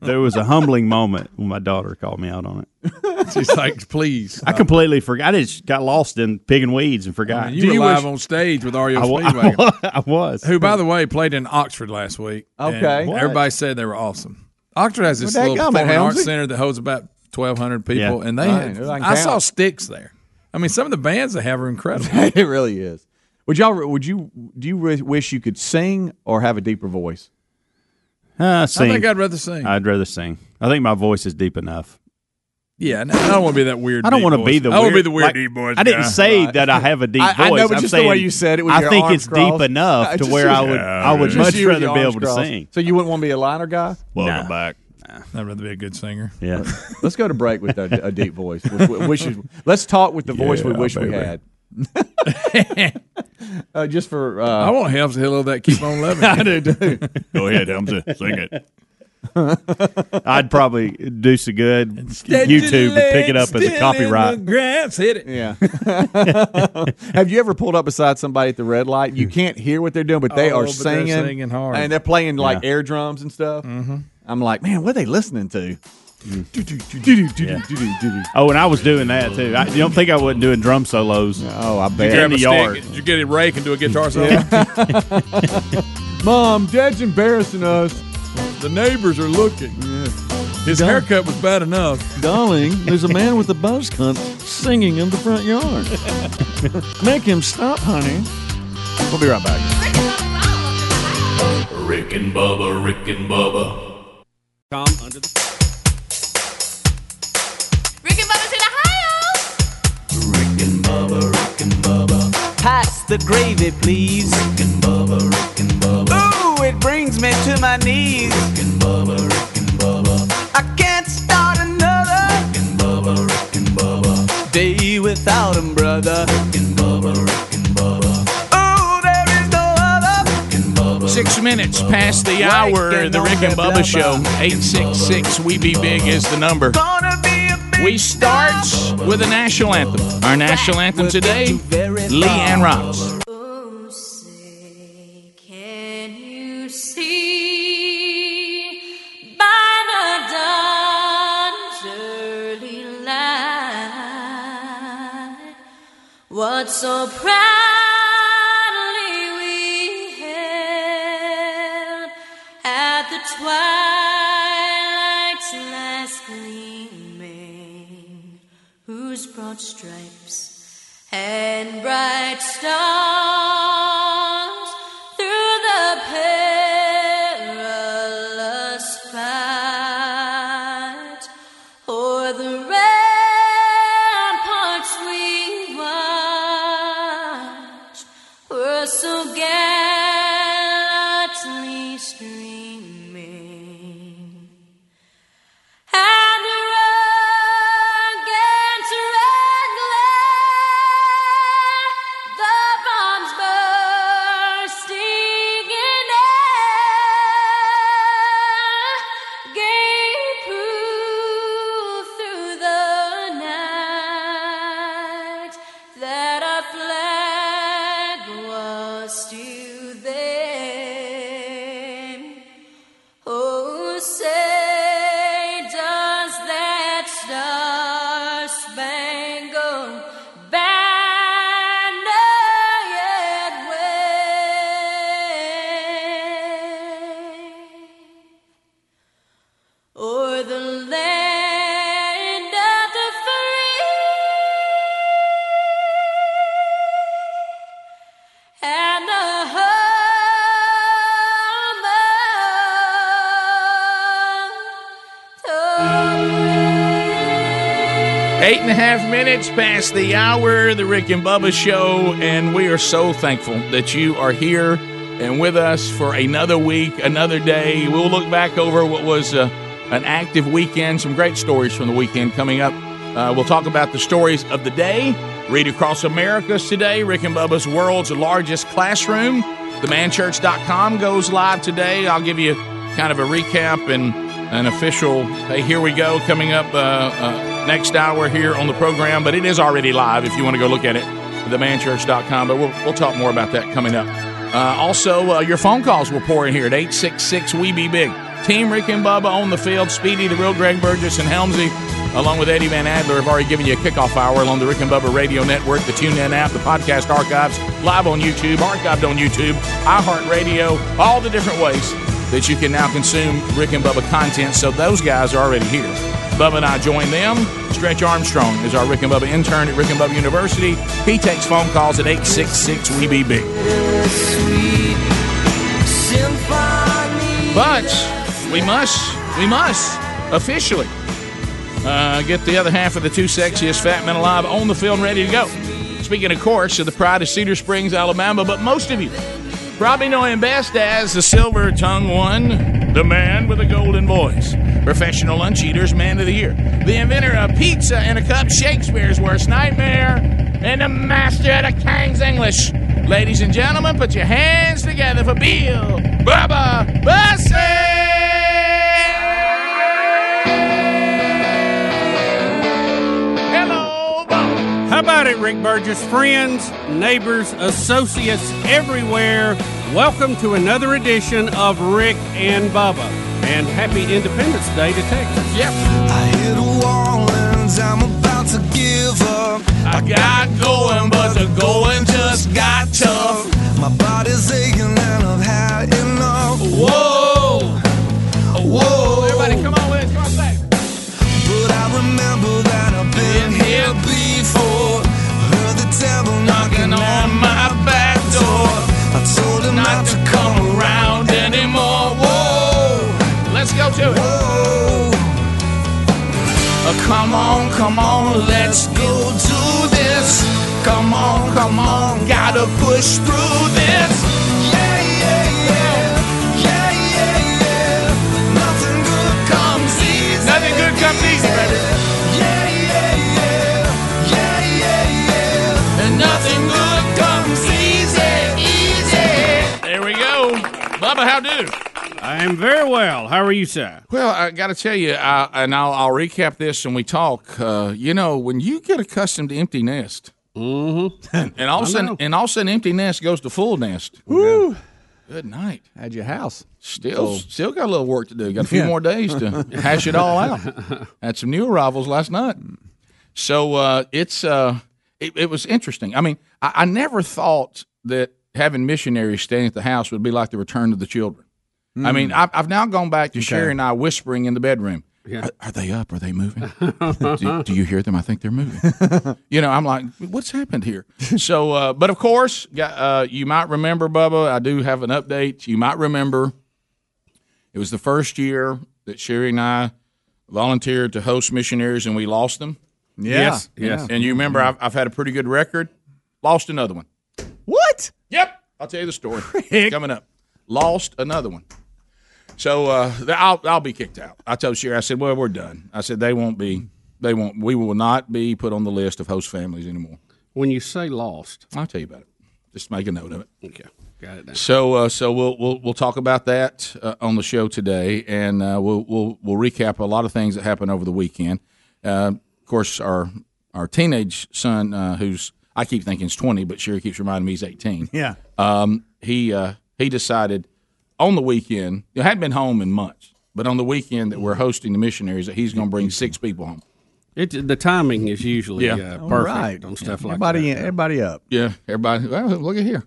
Speaker 3: there was a humbling moment when my daughter called me out on it.
Speaker 4: She's like, please.
Speaker 3: I completely forgot. I just got lost in picking weeds and forgot.
Speaker 4: Uh,
Speaker 2: Oh,
Speaker 4: you were live on stage with REO
Speaker 3: I, wa-
Speaker 4: Speedwagon,
Speaker 3: I was.
Speaker 4: who, by the way, played in Oxford last week. and
Speaker 2: Okay. What?
Speaker 4: everybody said they were awesome. Oxford has this
Speaker 2: Well,
Speaker 4: little
Speaker 2: dadgummit,
Speaker 4: performing arts
Speaker 2: Helmsy.
Speaker 4: center that holds about twelve hundred people,
Speaker 3: Yeah.
Speaker 4: and they.
Speaker 2: Right, they're like
Speaker 4: I saw
Speaker 2: cows.
Speaker 4: sticks there. I mean, some of the bands they have are incredible.
Speaker 2: it really is. Would y'all? Would you? Do you re- wish you could sing or have a deeper voice?
Speaker 3: Uh,
Speaker 4: I
Speaker 3: sing.
Speaker 4: think I'd rather sing.
Speaker 3: I'd rather sing. I think my voice is deep enough.
Speaker 4: yeah, no, I don't want to be that weird.
Speaker 3: I don't
Speaker 4: deep
Speaker 3: want to
Speaker 4: voice.
Speaker 3: be the.
Speaker 4: I want
Speaker 3: weird,
Speaker 4: to be the weird
Speaker 3: like,
Speaker 4: deep voice.
Speaker 3: I didn't
Speaker 4: guy.
Speaker 3: say that I have a deep
Speaker 2: I- I
Speaker 3: voice.
Speaker 2: know, but
Speaker 3: I'm
Speaker 2: just the
Speaker 3: saying,
Speaker 2: way you said it with
Speaker 3: I
Speaker 2: your
Speaker 3: think
Speaker 2: arms
Speaker 3: it's
Speaker 2: crossed.
Speaker 3: deep enough to
Speaker 2: Just
Speaker 3: where
Speaker 2: you-
Speaker 3: I would. I would
Speaker 2: Just
Speaker 3: much
Speaker 2: you with
Speaker 3: rather
Speaker 2: your
Speaker 3: be
Speaker 2: arms
Speaker 3: able to
Speaker 2: crossed.
Speaker 3: sing.
Speaker 2: So you wouldn't want to be a liner guy?
Speaker 3: Welcome back.
Speaker 4: I'd rather be a good singer.
Speaker 3: Yeah.
Speaker 2: Let's go to break with a, a deep voice. Which, which is, let's talk with the voice we
Speaker 3: Yeah,
Speaker 2: wish we
Speaker 3: baby.
Speaker 2: had. uh, just for
Speaker 4: I
Speaker 2: uh,
Speaker 4: want help to hello that keep on loving. I do.
Speaker 3: Go ahead, Hamza. Sing it. I'd probably do so good. YouTube would pick it up as a copyright.
Speaker 4: Grass hit it.
Speaker 2: yeah. Have you ever pulled up beside somebody at the red light? You can't hear what they're doing, but they
Speaker 4: Oh,
Speaker 2: are
Speaker 4: but they're
Speaker 2: singing,
Speaker 4: singing hard.
Speaker 2: and they're playing like air drums and stuff. Mm-hmm. I'm like, man, what are they listening to?
Speaker 3: Oh, and I was doing that too. I, you don't think I wasn't doing drum solos?
Speaker 2: Oh, I
Speaker 3: grab
Speaker 2: bet.
Speaker 3: the yard.
Speaker 4: Did you get a rake and do a guitar solo?
Speaker 2: Mom, Dad's embarrassing us,
Speaker 4: The neighbors are looking. His haircut was bad enough.
Speaker 7: Darling, there's a man with a buzz cut singing in the front yard. Make him stop, honey.
Speaker 2: We'll be right back.
Speaker 13: Rick and Bubba, Rick and Bubba.
Speaker 6: Rick and Bubba's in Ohio.
Speaker 13: Rick and Bubba, Rick and Bubba.
Speaker 12: Pass the gravy, please.
Speaker 13: Rick and Bubba, Rick and Bubba.
Speaker 12: Ooh, it brings me to my knees.
Speaker 13: Rick and Bubba, Rick and Bubba.
Speaker 12: I can't start another
Speaker 13: Rick and Bubba, Rick and Bubba.
Speaker 12: day without him, brother.
Speaker 13: Rick and Bubba, Rick and Bubba.
Speaker 12: Ooh, there is no other.
Speaker 13: Rick and Bubba.
Speaker 14: Six minutes past the hour, the Rick and Bubba Show. 866 We Be Big is the number.
Speaker 12: Gonna be a big
Speaker 14: We start with a national anthem. Our national anthem today, Lee Ann Rocks.
Speaker 6: Oh, say, can you see by the dawn's early light what so proudly we held at the twilight's last gleaming? whose broad stripes and bright stars through the perilous fight o'er the ramparts we watched were so gallantly streaming.
Speaker 14: Eight and a half minutes past the hour, the Rick and Bubba show, and we are so thankful that you are here and with us for another week, another day. We'll look back over what was uh, an active weekend, some great stories from the weekend coming up. Uh, we'll talk about the stories of the day. Read across America's today, Rick and Bubba's world's largest classroom. TheManChurch.com goes live today. I'll give you kind of a recap and an official hey here we go coming up uh, uh, next hour here on the program but it is already live if you want to go look at it themanchurch.com but we'll, we'll talk more about that coming up uh, also uh, your phone calls will pour in here at 866 we be big team rick and bubba on the field speedy the real greg burgess and helmsy along with eddie van adler have already given you a kickoff hour along the rick and bubba radio network the TuneIn app the podcast archives live on youtube archived on youtube iheartradio all the different ways that you can now consume Rick and Bubba content. So those guys are already here. Bubba and I join them. Stretch Armstrong is our Rick and Bubba intern at Rick and Bubba University. He takes phone calls at 866 We Be Big. But we must, we must officially uh, get the other half of the two sexiest fat men alive on the field and ready to go. Speaking, of course, of the pride of Cedar Springs, Alabama, but most of you probably know him best as the silver tongue one, the man with a golden voice, professional lunch eaters, man of the year, the inventor of pizza in a cup, Shakespeare's worst nightmare, and the master of the King's English. Ladies and gentlemen, put your hands together for Bill Bubba Bussey!
Speaker 10: How about it, Rick Burgess? Friends, neighbors, associates everywhere, welcome to another edition of Rick and Bubba. And happy Independence Day to Texas. Yep. I hit a wall and I'm about to give up.
Speaker 7: I got going, but the going just got tough. My body's aching and I've had enough. Whoa, whoa. Everybody, come on, Liz, come on, back. But I remember that I've been here before. Heard the devil knocking on my back door. I told him not to come around anymore. Whoa, let's go to it. Whoa. Uh, come on, come on, let's go do this. Come on, come on, gotta push through this. Yeah, yeah, yeah. Yeah, yeah, yeah. Nothing good comes easy. Nothing good comes easy, baby. Yeah, yeah, yeah. Yeah, yeah, yeah. And nothing good comes easy, easy.
Speaker 14: There we go. Bubba, how do?
Speaker 10: I am very well. How are you, sir?
Speaker 14: Well, I got to tell you, I, and I'll, I'll recap this when we talk. Uh, you know, when you get accustomed to empty nest, mm-hmm. and, and all of a
Speaker 10: I
Speaker 14: sudden,
Speaker 10: know.
Speaker 14: and all of a sudden, empty nest goes to full nest.
Speaker 10: Woo.
Speaker 14: Good night.
Speaker 15: How'd your house?
Speaker 14: Still,
Speaker 10: Oh.
Speaker 14: still got a little work to do. Got a few
Speaker 10: Yeah.
Speaker 14: more days to hash it all out. Had some new arrivals last night, so uh, it's uh, it, it was interesting. I mean, I, I never thought that having missionaries staying at the house would be like the return of the children. I
Speaker 10: Hmm.
Speaker 14: mean, I've, I've now gone back to Sherry and I whispering in the bedroom.
Speaker 10: Yeah.
Speaker 14: Are, are they up? Are they moving? do, do you hear them? I think they're moving. you know, I'm like, what's happened here? So, uh, but of course, got- uh, you might remember, Bubba, I do have an update. You might remember it was the first year that Sherry and I volunteered to host missionaries and we lost them.
Speaker 10: Yeah. Yes, yes.
Speaker 14: And you remember, I've, I've had a pretty good record, lost another one.
Speaker 15: What?
Speaker 14: Yep. I'll tell you the story. Coming up. Lost another one. So uh, th- I'll, I'll be kicked out. I told Sherry, I said, well, we're done. I said, they won't be, they won't, we will not be put on the list of host families anymore.
Speaker 10: When you say lost,
Speaker 14: I'll tell you about it. Just make a note of it. Okay.
Speaker 10: Got it.
Speaker 14: So, uh, so we'll we'll we'll talk about that uh, on the show today, and uh, we'll we'll we'll recap a lot of things that happened over the weekend. Uh, of course, our our teenage son, uh, who's I keep thinking is twenty, but Sherry keeps reminding me he's eighteen.
Speaker 2: Yeah.
Speaker 14: Um, he uh, he decided on the weekend. He hadn't been home in months, but on the weekend that we're hosting the missionaries, that he's going to bring six people home.
Speaker 10: It, the timing is usually
Speaker 14: Yeah.
Speaker 10: uh,
Speaker 14: All
Speaker 10: perfect
Speaker 14: right.
Speaker 10: on stuff like
Speaker 14: Everybody
Speaker 10: that.
Speaker 14: in-
Speaker 15: everybody up.
Speaker 14: Yeah, everybody. Well, look at here.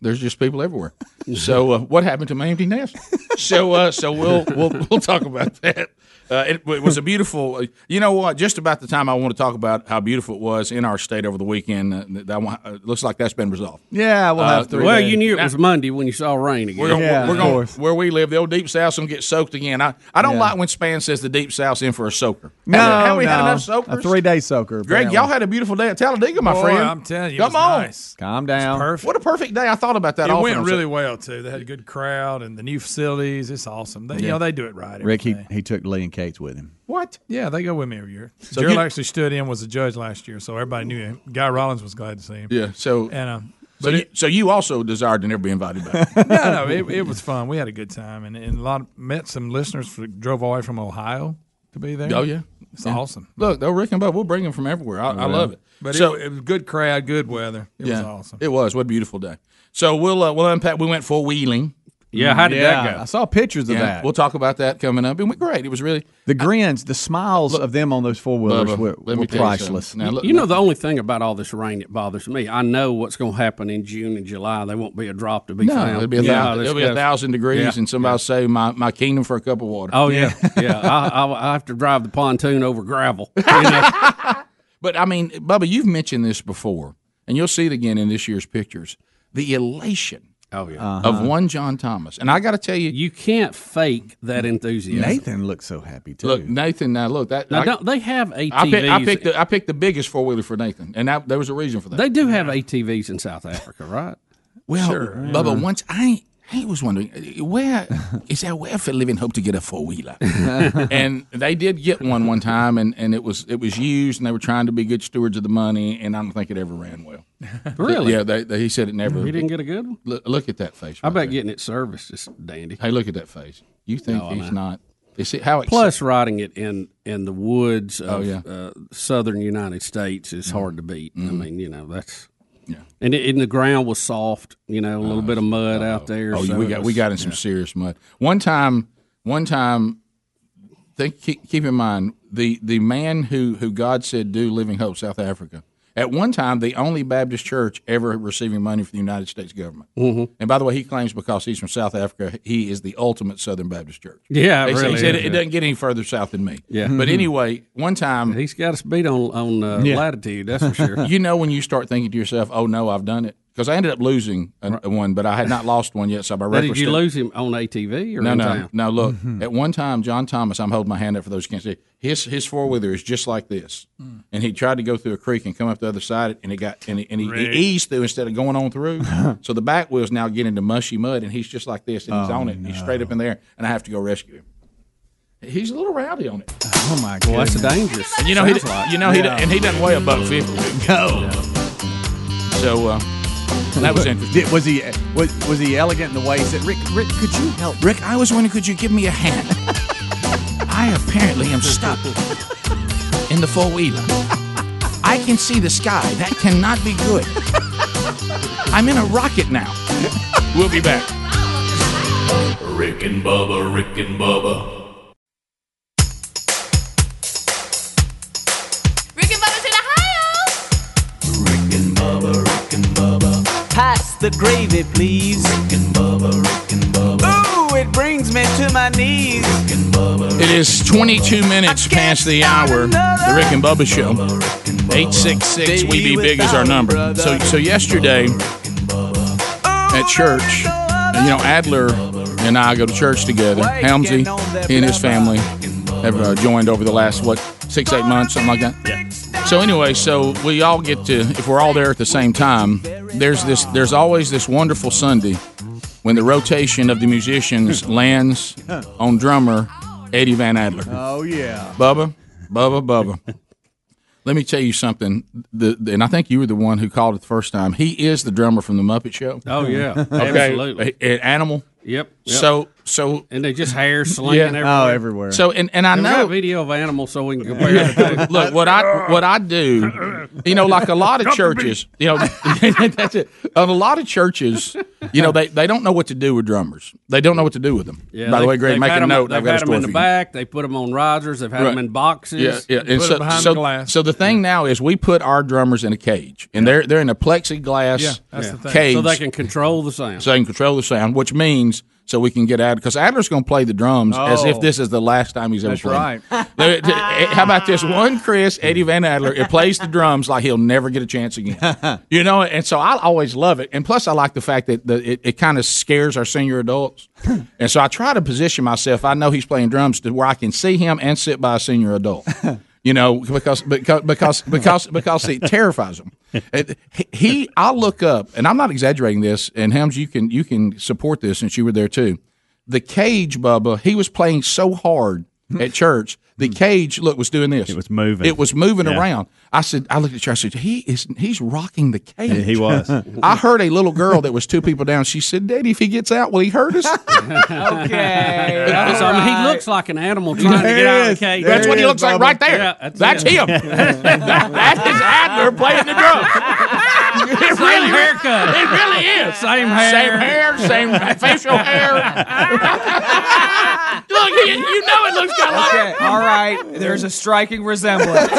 Speaker 14: There's just people everywhere. So, uh, what happened to my empty nest? So, uh, so we'll we'll we'll talk about that. Uh, it, w- it was a beautiful. uh, You know what? Just about the time I want to talk about how beautiful it was in our state over the weekend. Uh, that that one, uh, looks like that's been resolved.
Speaker 2: Yeah,
Speaker 14: we'll have three
Speaker 10: Well,
Speaker 14: days.
Speaker 10: you knew it was Monday when you saw rain again.
Speaker 14: We're gonna, we're gonna, where we live, the old deep south's gonna get soaked again. I, I don't like when Span says the deep south's in for a soaker.
Speaker 2: No,
Speaker 14: have, have we had
Speaker 2: no.
Speaker 14: enough soakers?
Speaker 2: A three day soaker.
Speaker 14: Greg,
Speaker 2: apparently.
Speaker 14: y'all had a beautiful day at Talladega, my
Speaker 2: Boy,
Speaker 14: friend.
Speaker 2: I'm
Speaker 4: telling you, it
Speaker 14: come
Speaker 4: was
Speaker 14: on.
Speaker 2: Calm down.
Speaker 14: What a perfect day! I thought about that.
Speaker 4: It
Speaker 14: often.
Speaker 4: went really well too. They had a good crowd and the new facilities. It's awesome. They, You
Speaker 2: Yeah.
Speaker 4: know they do it right.
Speaker 15: Rick, he, he took Lee and Kate's with him.
Speaker 14: What?
Speaker 4: Yeah, they go with me every year.
Speaker 15: So
Speaker 4: Gerald
Speaker 15: you-
Speaker 4: actually stood in was a judge last year, so everybody knew him. Guy Rollins was glad to see him.
Speaker 14: Yeah. So
Speaker 4: and um,
Speaker 14: so,
Speaker 4: but
Speaker 14: you,
Speaker 4: it-
Speaker 14: so you also desired to never be invited back.
Speaker 4: no, no, it, it was fun. We had a good time, and, and a lot of, met some listeners. For, drove all the way from Ohio to be there.
Speaker 14: Oh, yeah.
Speaker 4: it's
Speaker 14: Yeah.
Speaker 4: awesome.
Speaker 14: Look, though, Rick and Bubba, we'll bring them from everywhere. I, I love it.
Speaker 4: But
Speaker 14: so,
Speaker 4: it, it was good crowd, good weather. It was awesome.
Speaker 14: It was. What a beautiful day. So we'll uh, we'll unpack. We went for wheeling.
Speaker 10: Yeah, how did that go?
Speaker 15: I saw pictures of
Speaker 14: Yeah,
Speaker 15: that.
Speaker 14: We'll talk about that coming up. It went great. It was really
Speaker 15: the grins, the smiles of them on those four wheelers
Speaker 10: Bubba,
Speaker 15: were,
Speaker 10: let me
Speaker 15: were
Speaker 10: tell you something.
Speaker 15: priceless.
Speaker 10: you, you know the only thing about all this rain that bothers me. I know what's going to happen in June and July. There won't be a drop to be
Speaker 14: no.
Speaker 10: found.
Speaker 14: It'll be a,
Speaker 10: Yeah,
Speaker 14: thousand,
Speaker 10: this
Speaker 14: it'll be a
Speaker 10: stuff.
Speaker 14: thousand degrees,
Speaker 10: Yeah.
Speaker 14: and somebody'll say my, my kingdom for a cup of water.
Speaker 10: Oh yeah, yeah. I, I, I have to drive the pontoon over gravel.
Speaker 14: But I mean, Bubba, you've mentioned this before, and you'll see it again in this year's pictures. The elation.
Speaker 10: Oh yeah.
Speaker 14: Of one John Thomas, and I got to tell you,
Speaker 10: you can't fake that enthusiasm.
Speaker 15: Nathan looks so happy too.
Speaker 14: Look, Nathan, now look that.
Speaker 10: Now,
Speaker 14: I-
Speaker 10: don't they have ATVs?
Speaker 14: I picked, I picked the I picked the biggest four wheeler for Nathan, and that, there was a reason for that.
Speaker 10: They do have ATVs in South Africa, right?
Speaker 14: Well,
Speaker 10: Sure.
Speaker 14: Bubba,
Speaker 10: Yeah.
Speaker 14: once I I was wondering uh, where is that where for living hope to get a four wheeler, and they did get one one time, and, and it was it was used, and they were trying to be good stewards of the money, and I don't think it ever ran well.
Speaker 10: Really?
Speaker 14: Yeah, they, they, he said it never.
Speaker 10: He didn't get a good one.
Speaker 14: Look, look at that face.
Speaker 10: I bet getting it serviced is dandy.
Speaker 14: Hey, look at that face. You think
Speaker 10: No, I'm
Speaker 14: he's not? Is it how?
Speaker 10: Plus, riding it in in the woods
Speaker 14: Oh,
Speaker 10: of
Speaker 14: yeah.
Speaker 10: uh, southern United States is hard to beat. I
Speaker 14: Mhm.
Speaker 10: mean, you know that's
Speaker 14: Yeah.
Speaker 10: And, it, and the ground was soft, you know, a little bit of mud out there.
Speaker 14: Oh,
Speaker 10: so
Speaker 14: we
Speaker 10: it
Speaker 14: got
Speaker 10: was-
Speaker 14: we got in some serious mud. One time, one time. Think, keep, keep in mind the the man who who God said do Living Hope South Africa. At one time, the only Baptist church ever receiving money from the United States government.
Speaker 10: Mhm.
Speaker 14: And by the way, he claims because he's from South Africa, he is the ultimate Southern Baptist church.
Speaker 10: Yeah, it
Speaker 14: he, said- he
Speaker 10: really
Speaker 14: said
Speaker 10: is,
Speaker 14: it, it
Speaker 10: yeah.
Speaker 14: doesn't get any further south than me.
Speaker 10: Yeah.
Speaker 14: But
Speaker 10: Mhm.
Speaker 14: anyway, one time
Speaker 10: he's got us beat on on uh,
Speaker 14: Yeah.
Speaker 10: latitude. That's for sure.
Speaker 14: you know when you start thinking to yourself, "Oh no, I've done it," because I ended up losing a, a one, but I had not lost one yet. So my
Speaker 10: Now,
Speaker 14: record.
Speaker 10: did you
Speaker 14: still-
Speaker 10: lose him on ATV or
Speaker 14: no,
Speaker 10: in
Speaker 14: no,
Speaker 10: town?
Speaker 14: no. Look, at one time, John Thomas. I'm holding my hand up for those who can't see. His his four wheeler is just like this, and he tried to go through a creek and come up the other side, and it got and he, and he, he
Speaker 10: Rick.
Speaker 14: eased through instead of going on through. so the back wheels now get into mushy mud, and he's just like this, and he's
Speaker 10: Oh,
Speaker 14: on it, and he's straight up in there, and I have to go rescue him. He's a little rowdy on it.
Speaker 15: Oh my
Speaker 10: Well, that's dangerous.
Speaker 14: And you know, he,
Speaker 10: Sounds like-
Speaker 14: you know, he,
Speaker 10: Yeah.
Speaker 14: and he doesn't weigh a buck fifty. No. So uh, that was interesting.
Speaker 15: Did- was he was, was he elegant in the way he said, "Rick, Rick, could you help?"
Speaker 14: Rick, I was wondering, could you give me a hand? I apparently am stuck in the four wheeler. I can see the sky. That cannot be good. I'm in a rocket now. We'll be back.
Speaker 5: Rick and Bubba, Rick and Bubba.
Speaker 6: Rick and Bubba's in Ohio.
Speaker 12: Pass the gravy, please. Rick and Bubba, Rick and Bubba. Ooh, it brings me to my knees.
Speaker 14: It is 22 minutes past the hour. The Rick and Bubba Show. 866 We Be Big is our number. So, so yesterday at church, you know, Adler and I go to church together. Helmsley, he and his family have uh, joined over the last, what, six, eight months, something like that? Yeah. So, anyway, so we all get to, if we're all there at the same time, there's this, there's always this wonderful Sunday when the rotation of the musicians lands on drummer Eddie Van Adler.
Speaker 15: Oh yeah.
Speaker 14: Bubba, Bubba, Bubba. Let me tell you something. The, the- and I think you were the one who called it the first time. He is the drummer from the Muppet Show.
Speaker 10: Oh, yeah.
Speaker 14: okay.
Speaker 10: Absolutely.
Speaker 14: A- a- animal.
Speaker 10: Yep, yep.
Speaker 14: So Oh, so
Speaker 10: and they just hair slinging everywhere.
Speaker 2: Oh,
Speaker 14: So and, and I
Speaker 10: Can we
Speaker 14: know
Speaker 10: have a video of animals so we can compare. the two?
Speaker 14: Look, what I what I do, you know, like a lot of
Speaker 10: Drop the
Speaker 14: churches, you know, that's it. On a lot of churches, you know, they, they don't know what to do with drummers. They don't know what to do with them. By the
Speaker 10: they-
Speaker 14: way, Greg,
Speaker 10: they've
Speaker 14: make
Speaker 10: had
Speaker 14: a
Speaker 10: 'em-
Speaker 14: note.
Speaker 10: They've
Speaker 14: I've got a
Speaker 10: had them
Speaker 14: story
Speaker 10: in
Speaker 14: for
Speaker 10: the
Speaker 14: you.
Speaker 10: back. They put them on risers. They've had them
Speaker 14: Right.
Speaker 10: in boxes.
Speaker 14: Yeah, yeah. And so, so, so the thing now is we put our drummers in a cage, and they're they're in a plexiglass
Speaker 10: Yeah, that's the thing.
Speaker 14: cage,
Speaker 10: So they can control the sound.
Speaker 14: so they can control the sound, which means so we can get Adler because Adler's going to play the drums as if this is the last time he's ever
Speaker 10: Oh. That's
Speaker 14: played.
Speaker 10: right.
Speaker 14: There- t- How about this one, Chris Eddie Van Adler? It plays the drums like he'll never get a chance again. You know, and so I always love it. And plus, I like the fact that the, it, it kind of scares our senior adults. And so I try to position myself. I know he's playing drums to where I can see him and sit by a senior adult. You know, because because because because because it terrifies him. It- he- he, I'll look up, and I'm not exaggerating this. And Helms, you can you can support this since you were there too. The cage, Bubba, he was playing so hard at church. The cage, look, was doing this. Hmm. It was moving. It was moving
Speaker 3: Yeah.
Speaker 14: around. I said, I looked at you. I said, he is he's rocking the cage.
Speaker 3: Yeah, he was.
Speaker 14: I heard a little girl that was two people down. She said, Daddy, if he gets out, will he hurt us?
Speaker 10: okay. I mean, he looks like an animal trying to
Speaker 14: There
Speaker 10: get
Speaker 14: it
Speaker 10: out of
Speaker 14: is.
Speaker 10: the cage.
Speaker 14: That's what he looks like right there.
Speaker 10: that's
Speaker 14: That's
Speaker 10: it.
Speaker 14: him. that is Adler playing the drums. It
Speaker 10: Same
Speaker 14: really
Speaker 10: haircut.
Speaker 14: It really is.
Speaker 10: Same hair.
Speaker 14: Same hair. Same facial hair. Look, you, you know it looks kind of like.
Speaker 16: Okay, all right. There's a striking resemblance.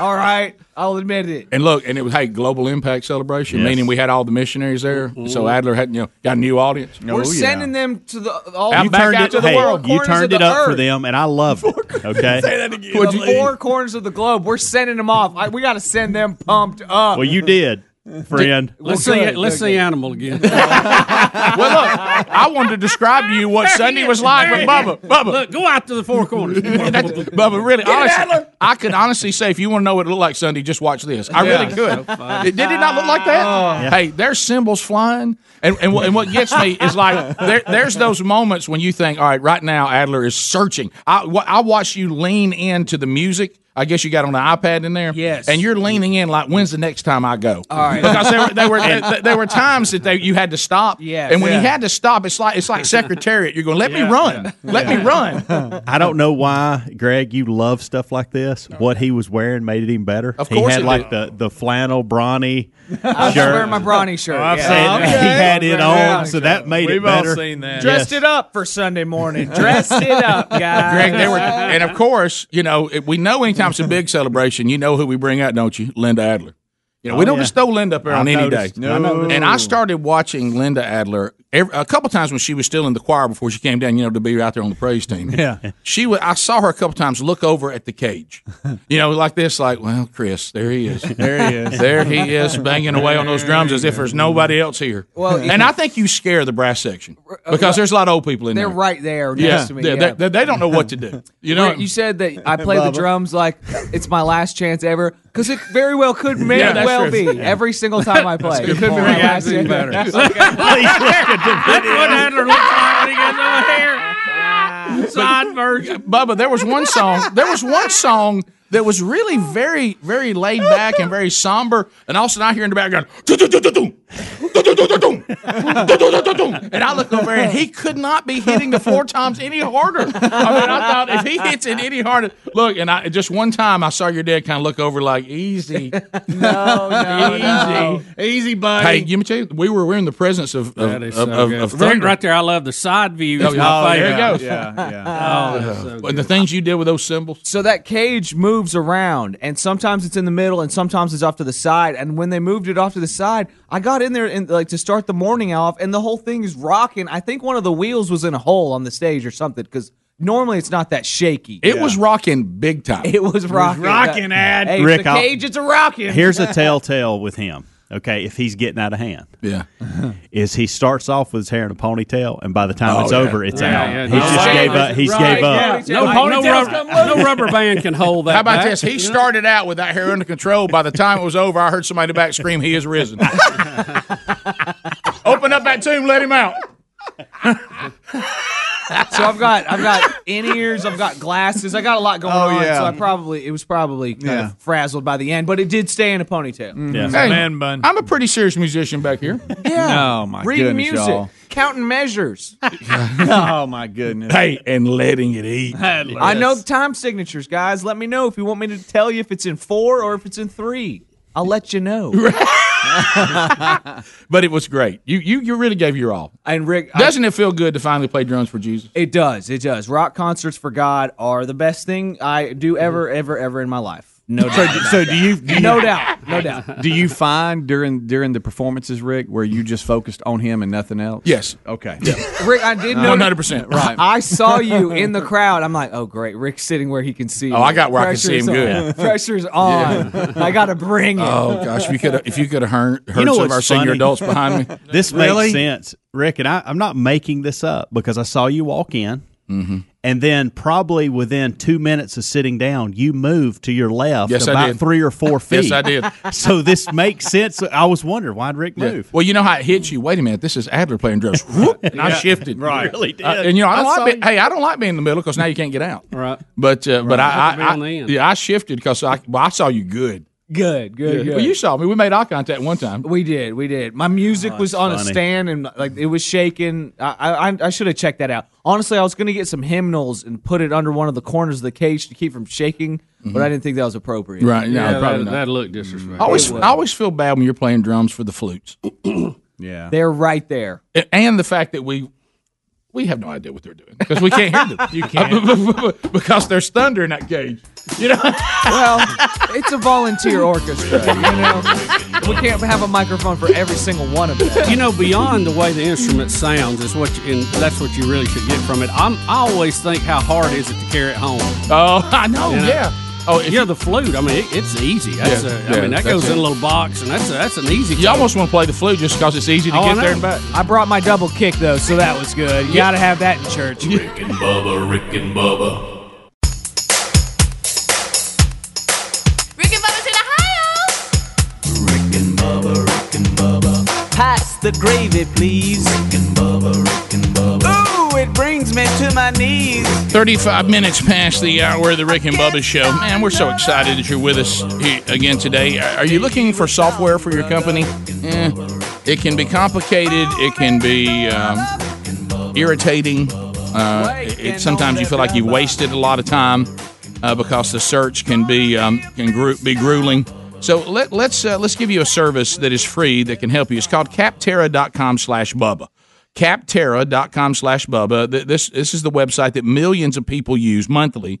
Speaker 16: all right, I'll admit it.
Speaker 14: And look, and it was hey global impact celebration,
Speaker 16: Yes.
Speaker 14: meaning we had all the missionaries there. So Adler had you know, got a new audience.
Speaker 2: Oh,
Speaker 16: We're sending them to the all
Speaker 14: Out
Speaker 16: you
Speaker 14: back
Speaker 16: turned
Speaker 14: out
Speaker 16: it, to the
Speaker 14: hey,
Speaker 16: world.
Speaker 3: You
Speaker 16: corners of
Speaker 3: turned
Speaker 16: the
Speaker 3: it up for
Speaker 16: earth.
Speaker 3: them, and I loved it. Okay.
Speaker 16: The four corners of the globe. We're sending them off. I, we got to send them pumped up.
Speaker 3: Well, you did, friend.
Speaker 10: Let's
Speaker 16: Well,
Speaker 10: see.
Speaker 16: good,
Speaker 10: Let's
Speaker 16: good,
Speaker 10: see animal
Speaker 14: well,
Speaker 10: again.
Speaker 14: look, I wanted to describe to you what Sunday was like with Bubba. Bubba,
Speaker 10: look, go out to the four corners.
Speaker 14: Bubba, really, honestly, I could honestly say if you want to know what it looked like Sunday, just watch this. I
Speaker 10: Yeah. Oh,
Speaker 14: really could.
Speaker 10: So funny.
Speaker 14: It- did it not look like that? Hey, there's symbols flying, and and, what- and what gets me is like there, there's those moments when you think, all right, right now Adler is searching. I wa- I watch you lean into the music. I guess you got on the iPad in there. Yes. And you're leaning in like, when's the next time I go? All
Speaker 10: right.
Speaker 14: Because there were, there were, there, there were times that they, you had to stop. Yeah. And when you
Speaker 3: Yeah.
Speaker 14: had to stop, it's like it's like Secretariat. You're going, let me run. Let me run.
Speaker 3: I don't know why, Greg, you love stuff like this.
Speaker 16: Oh,
Speaker 3: What he was wearing made it even better.
Speaker 16: course
Speaker 3: Of he had
Speaker 16: it
Speaker 3: like the the flannel brawny
Speaker 16: I was
Speaker 3: shirt.
Speaker 16: wearing my brawny shirt.
Speaker 3: I'm
Speaker 16: yeah.
Speaker 3: saying that he had it on, so that made it
Speaker 16: We've all
Speaker 3: better.
Speaker 16: seen that.
Speaker 3: Yes.
Speaker 16: Dressed it up for Sunday morning. Dressed it up, guys.
Speaker 14: Greg, they were, and of course, you know, if we know anytime it's a big celebration, you know who we bring out, don't you? Linda Adler. You know, we
Speaker 3: Oh,
Speaker 14: don't
Speaker 3: yeah.
Speaker 14: just throw Linda up there on
Speaker 3: I've
Speaker 14: any
Speaker 3: noticed.
Speaker 14: day.
Speaker 3: No. I know.
Speaker 14: And I started watching Linda Adler every, a couple times when she was still in the choir before she came down, you know, to be out there on the praise team.
Speaker 3: Yeah.
Speaker 14: She would, I saw her a couple times look over at the cage, you know, like this, like, well, Chris, there he is.
Speaker 10: There he is.
Speaker 14: there he is, banging away on those drums as if there's nobody else here.
Speaker 16: Well, you- uh,
Speaker 14: and I think you scare the brass section because there's a lot of old people in
Speaker 16: They're
Speaker 14: there.
Speaker 16: right there next
Speaker 14: Yeah.
Speaker 16: to me.
Speaker 14: They-
Speaker 16: yeah.
Speaker 14: they- they- they don't know what to do. You know,
Speaker 16: Where you said that I play the
Speaker 14: Bubba.
Speaker 16: drums like it's my last chance ever because it very well could may
Speaker 14: Yeah, that's true.
Speaker 16: well be
Speaker 14: Yeah.
Speaker 16: every single time I play.
Speaker 14: good
Speaker 16: It could be
Speaker 14: point.
Speaker 16: my
Speaker 14: Yeah,
Speaker 16: last
Speaker 14: it's even
Speaker 16: chance.
Speaker 14: better.
Speaker 16: That's okay.
Speaker 10: That's what Adler looks like when he gets over here.
Speaker 14: side version. Bubba, there was one song. There was one song that was really very, very laid back and very somber. And all of a sudden, I hear in the background, "Doo-doo-doo-doo-doo, doo-doo-doo-doo-doo, doo-doo-doo-doo-doo." and I look over and he could not be hitting the four times any harder. I mean, I thought if he hits it any harder, look. And I just one time I saw your dad kind of look over like easy,
Speaker 16: no, no, no.
Speaker 10: Easy, buddy.
Speaker 14: Hey, you me tell you, we were we are in the presence of of,
Speaker 10: That is
Speaker 14: of,
Speaker 10: so
Speaker 14: of,
Speaker 10: good.
Speaker 14: of
Speaker 10: Right-
Speaker 14: thunder.
Speaker 10: right there, I love the side view. It's
Speaker 14: Oh,
Speaker 10: my
Speaker 14: yeah.
Speaker 10: favorite.
Speaker 14: There it goes.
Speaker 10: Yeah,
Speaker 14: yeah.
Speaker 10: Oh, that's so
Speaker 14: But the things you did with those symbols.
Speaker 16: So that cage moves around, and sometimes it's in the middle, and sometimes it's off to the side. And when they moved it off to the side, I got in there and like to start the morning off, and the whole thing is rocking. I think one of the wheels was in a hole on the stage or something because normally it's not that shaky.
Speaker 14: It was rocking big time.
Speaker 16: It was rocking.
Speaker 10: rocking, Ad.
Speaker 16: Hey, it's
Speaker 3: Rick,
Speaker 16: the
Speaker 3: I'll-
Speaker 16: cage, it's a rocking.
Speaker 3: Here's a telltale with him. Okay, if he's getting out of hand,
Speaker 14: yeah,
Speaker 3: is he starts off with his hair in a ponytail, and by the time
Speaker 10: Oh,
Speaker 3: it's
Speaker 10: yeah.
Speaker 3: over, it's
Speaker 10: Yeah,
Speaker 3: out.
Speaker 10: yeah,
Speaker 3: he
Speaker 10: yeah.
Speaker 3: just
Speaker 10: Right.
Speaker 3: gave up. He's
Speaker 10: Right,
Speaker 3: gave up.
Speaker 10: yeah. No Like, no ponytails rubber- come loose. no rubber band can hold that
Speaker 14: How about
Speaker 10: back.
Speaker 14: this? He started out with that hair under control. By the time it was over, I heard somebody back scream, "He is risen." Open up that tomb, let him out.
Speaker 16: so I've got I've got in ears, I've got glasses, I got a lot going
Speaker 15: Oh,
Speaker 16: on.
Speaker 15: yeah.
Speaker 16: So I probably it was probably kind
Speaker 15: Yeah.
Speaker 16: of frazzled by the end, but it did stay in a ponytail.
Speaker 4: Mm.
Speaker 14: Hey, I'm a pretty serious musician back here.
Speaker 16: Yeah.
Speaker 15: Oh, my
Speaker 16: Reading
Speaker 15: goodness,
Speaker 16: music,
Speaker 15: y'all.
Speaker 16: counting measures.
Speaker 15: oh my goodness.
Speaker 14: Hey, and letting it eat.
Speaker 16: I know the time signatures, guys. Let me know if you want me to tell you if it's in four or if it's in three. I'll let you know.
Speaker 14: but it was great. You you you really gave your all.
Speaker 16: And Rick,
Speaker 14: doesn't it feel good to finally play drums for Jesus?
Speaker 16: It Mm-hmm. does. It does. Rock concerts for God are the best thing I do ever, ever, ever in my life.
Speaker 15: No
Speaker 16: doubt
Speaker 15: So,
Speaker 16: about
Speaker 15: so do you, do you?
Speaker 16: No doubt. No doubt.
Speaker 15: Do you find during during the performances, Rick, where you just focused on him and nothing else?
Speaker 4: Yes.
Speaker 15: Okay.
Speaker 16: Rick, I did
Speaker 15: Uh,
Speaker 16: know
Speaker 15: 100%, right.
Speaker 16: I saw you in the crowd. I'm like, oh great, Rick's sitting where he can see.
Speaker 14: Oh, I got where I can see him
Speaker 16: Pressure's on.
Speaker 14: good.
Speaker 16: Pressure's on. I got to bring it.
Speaker 14: Oh gosh, if you could if you could have heard, heard
Speaker 3: You know
Speaker 14: some of our
Speaker 3: what's
Speaker 14: senior
Speaker 3: funny?
Speaker 14: adults behind me.
Speaker 3: This
Speaker 14: Really?
Speaker 3: makes sense, Rick, and I, I'm not making this up because I saw you walk in,
Speaker 14: Mm-hmm.
Speaker 3: and then probably within two minutes of sitting down, you moved to your left
Speaker 14: Yes, I
Speaker 3: about
Speaker 14: did.
Speaker 3: three or four feet.
Speaker 14: Yes, I did.
Speaker 3: So this makes sense. I was wondering why'd Rick
Speaker 14: Yeah.
Speaker 3: move.
Speaker 14: Well, you know how it hits you. Wait a minute, this is Adler playing drums, Whoop, and I
Speaker 3: Yeah.
Speaker 14: shifted.
Speaker 3: Right. You really did.
Speaker 14: Uh, and you know, I don't
Speaker 3: I saw
Speaker 14: like being, hey, I don't like being in the middle because now you can't get out. Right. But uh, but
Speaker 10: Right.
Speaker 14: I,
Speaker 10: Have to be
Speaker 14: I,
Speaker 10: on
Speaker 14: I
Speaker 10: the end.
Speaker 14: yeah I shifted because I well, I saw you good.
Speaker 16: Good, good,
Speaker 14: Yeah.
Speaker 16: good.
Speaker 14: Well, you saw me. We made eye contact one time.
Speaker 16: We did, we did. My music
Speaker 14: Oh,
Speaker 16: was on
Speaker 14: funny.
Speaker 16: a stand and like it was shaking. I I, I should have checked that out. Honestly, I was going to get some hymnals and put it under one of the corners of the cage to keep from shaking, but I didn't think that was appropriate.
Speaker 14: Mm-hmm. Right, no, Yeah, probably that- not.
Speaker 10: That looked disrespectful.
Speaker 14: I always I
Speaker 16: It was.
Speaker 14: always feel bad when you're playing drums for the flutes. yeah.
Speaker 16: They're right there.
Speaker 14: And the fact that we we have no idea what they're doing because we can't hear them.
Speaker 10: You
Speaker 14: can't because there's thunder in that cage. You know.
Speaker 16: well, it's a volunteer orchestra. You know, we can't have a microphone for every single one of them.
Speaker 10: you know, beyond the way the instrument sounds is what, you, and that's what you really should get from it. I'm, I always think how hard is it to carry it home.
Speaker 14: Oh, I know, yeah.
Speaker 10: Oh, yeah, the flute. I mean, it, it's easy. That's
Speaker 14: Yeah,
Speaker 10: a- I
Speaker 14: yeah,
Speaker 10: mean, that
Speaker 14: that's
Speaker 10: goes in
Speaker 14: it.
Speaker 10: a little box, and that's a, that's an easy.
Speaker 14: You almost want to play the flute just because it's easy to
Speaker 10: Oh, I
Speaker 14: get there and
Speaker 10: know.
Speaker 14: back.
Speaker 16: I brought my double kick though, so that was good. You got to have that in church.
Speaker 5: Rick and Bubba, Rick and Bubba.
Speaker 6: Rick and Bubba's in Ohio.
Speaker 12: Pass the gravy, please. Ooh, it brings me to my knees.
Speaker 14: 35 minutes past the hour of the Rick and Bubba show. Man, we're so excited that you're with us here again today. Are are you looking for software for your company? Eh, it can be complicated, it can be um, irritating. Uh, it, it- sometimes you feel like you've wasted a lot of time uh, because the search can be um, can gru- be grueling. So let, let's uh, let's give you a service that is free that can help you. It's called capterra.com slash Bubba. Capterra.com slash Bubba. Th- This, this is the website that millions of people use monthly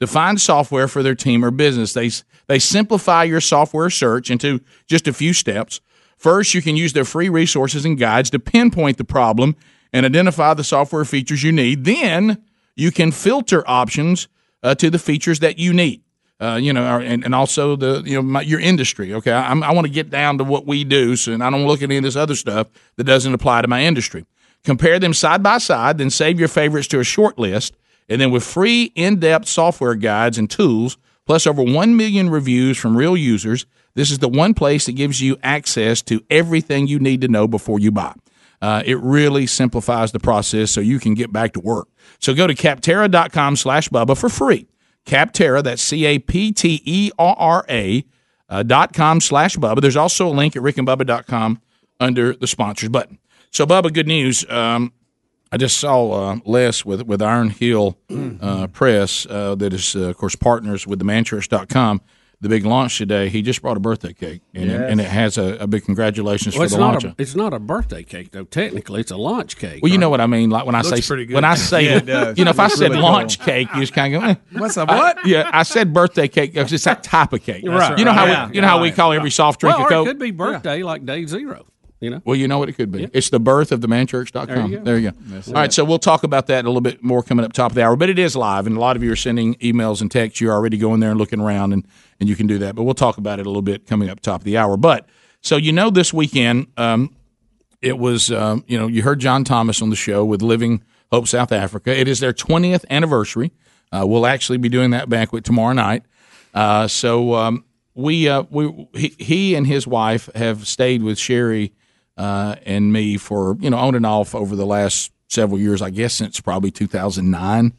Speaker 14: to find software for their team or business. They, s- they simplify your software search into just a few steps. First, you can use their free resources and guides to pinpoint the problem and identify the software features you need. Then you can filter options uh, to the features that you need. Uh, you know, or- and, and also the you know my, your industry. Okay, I, I want to get down to what we do, so and I don't look at any of this other stuff that doesn't apply to my industry. Compare them side by side, then save your favorites to a short list, and then with free in-depth software guides and tools, plus over one million reviews from real users, this is the one place that gives you access to everything you need to know before you buy. Uh, it really simplifies the process so you can get back to work. So go to capterra.com slash Bubba for free. Capterra, that's C A P T E R R A uh, dot com slash Bubba. There's also a link at rickandbubba.com under the sponsors button. So, Bubba, good news. Um, I just saw uh, Les with, with Iron Hill uh, Press, uh, that is, uh, of course, partners with themanchurch.com. The big launch today, he just brought a birthday cake, and, it,
Speaker 10: Yes.
Speaker 14: and it has a, a big congratulations
Speaker 10: Well,
Speaker 14: for
Speaker 10: it's
Speaker 14: the launch.
Speaker 10: not a, it's not a birthday cake though. Technically, it's a lunch cake.
Speaker 14: Well, you know what I mean. Like when I
Speaker 10: Looks
Speaker 14: say
Speaker 10: pretty good.
Speaker 14: when I say
Speaker 10: Yeah, it does.
Speaker 14: you know if I
Speaker 10: Looks
Speaker 14: said
Speaker 10: really
Speaker 14: launch cake, you just kind of go. eh.
Speaker 4: What's up?
Speaker 14: I-
Speaker 4: What?
Speaker 14: yeah, I said birthday cake because it's that type of cake.
Speaker 10: That's right.
Speaker 14: You know how
Speaker 10: Yeah.
Speaker 14: we, you know how we
Speaker 10: Right.
Speaker 14: call every soft drink
Speaker 10: well,
Speaker 14: a
Speaker 10: or it
Speaker 14: coke.
Speaker 10: could be birthday like day zero. You know.
Speaker 14: Well, you know what it could be. It's the birth of the manchurch.com.
Speaker 10: There you go.
Speaker 14: There you go.
Speaker 10: That's
Speaker 14: All right,
Speaker 10: it.
Speaker 14: so we'll talk about that a little bit more coming up top of the hour, but it is live, and a lot of you are sending emails and texts. You're already going there and looking around, and, and you can do that, but we'll talk about it a little bit coming up top of the hour. But so you know, this weekend, um, it was, um, you know, you heard John Thomas on the show with Living Hope South Africa. It is their 20th anniversary. Uh, we'll actually be doing that banquet tomorrow night. Uh, so um, we, uh, we he, he and his wife have stayed with Sherry uh, and me for you know on and off over the last several years. I guess since probably 2009,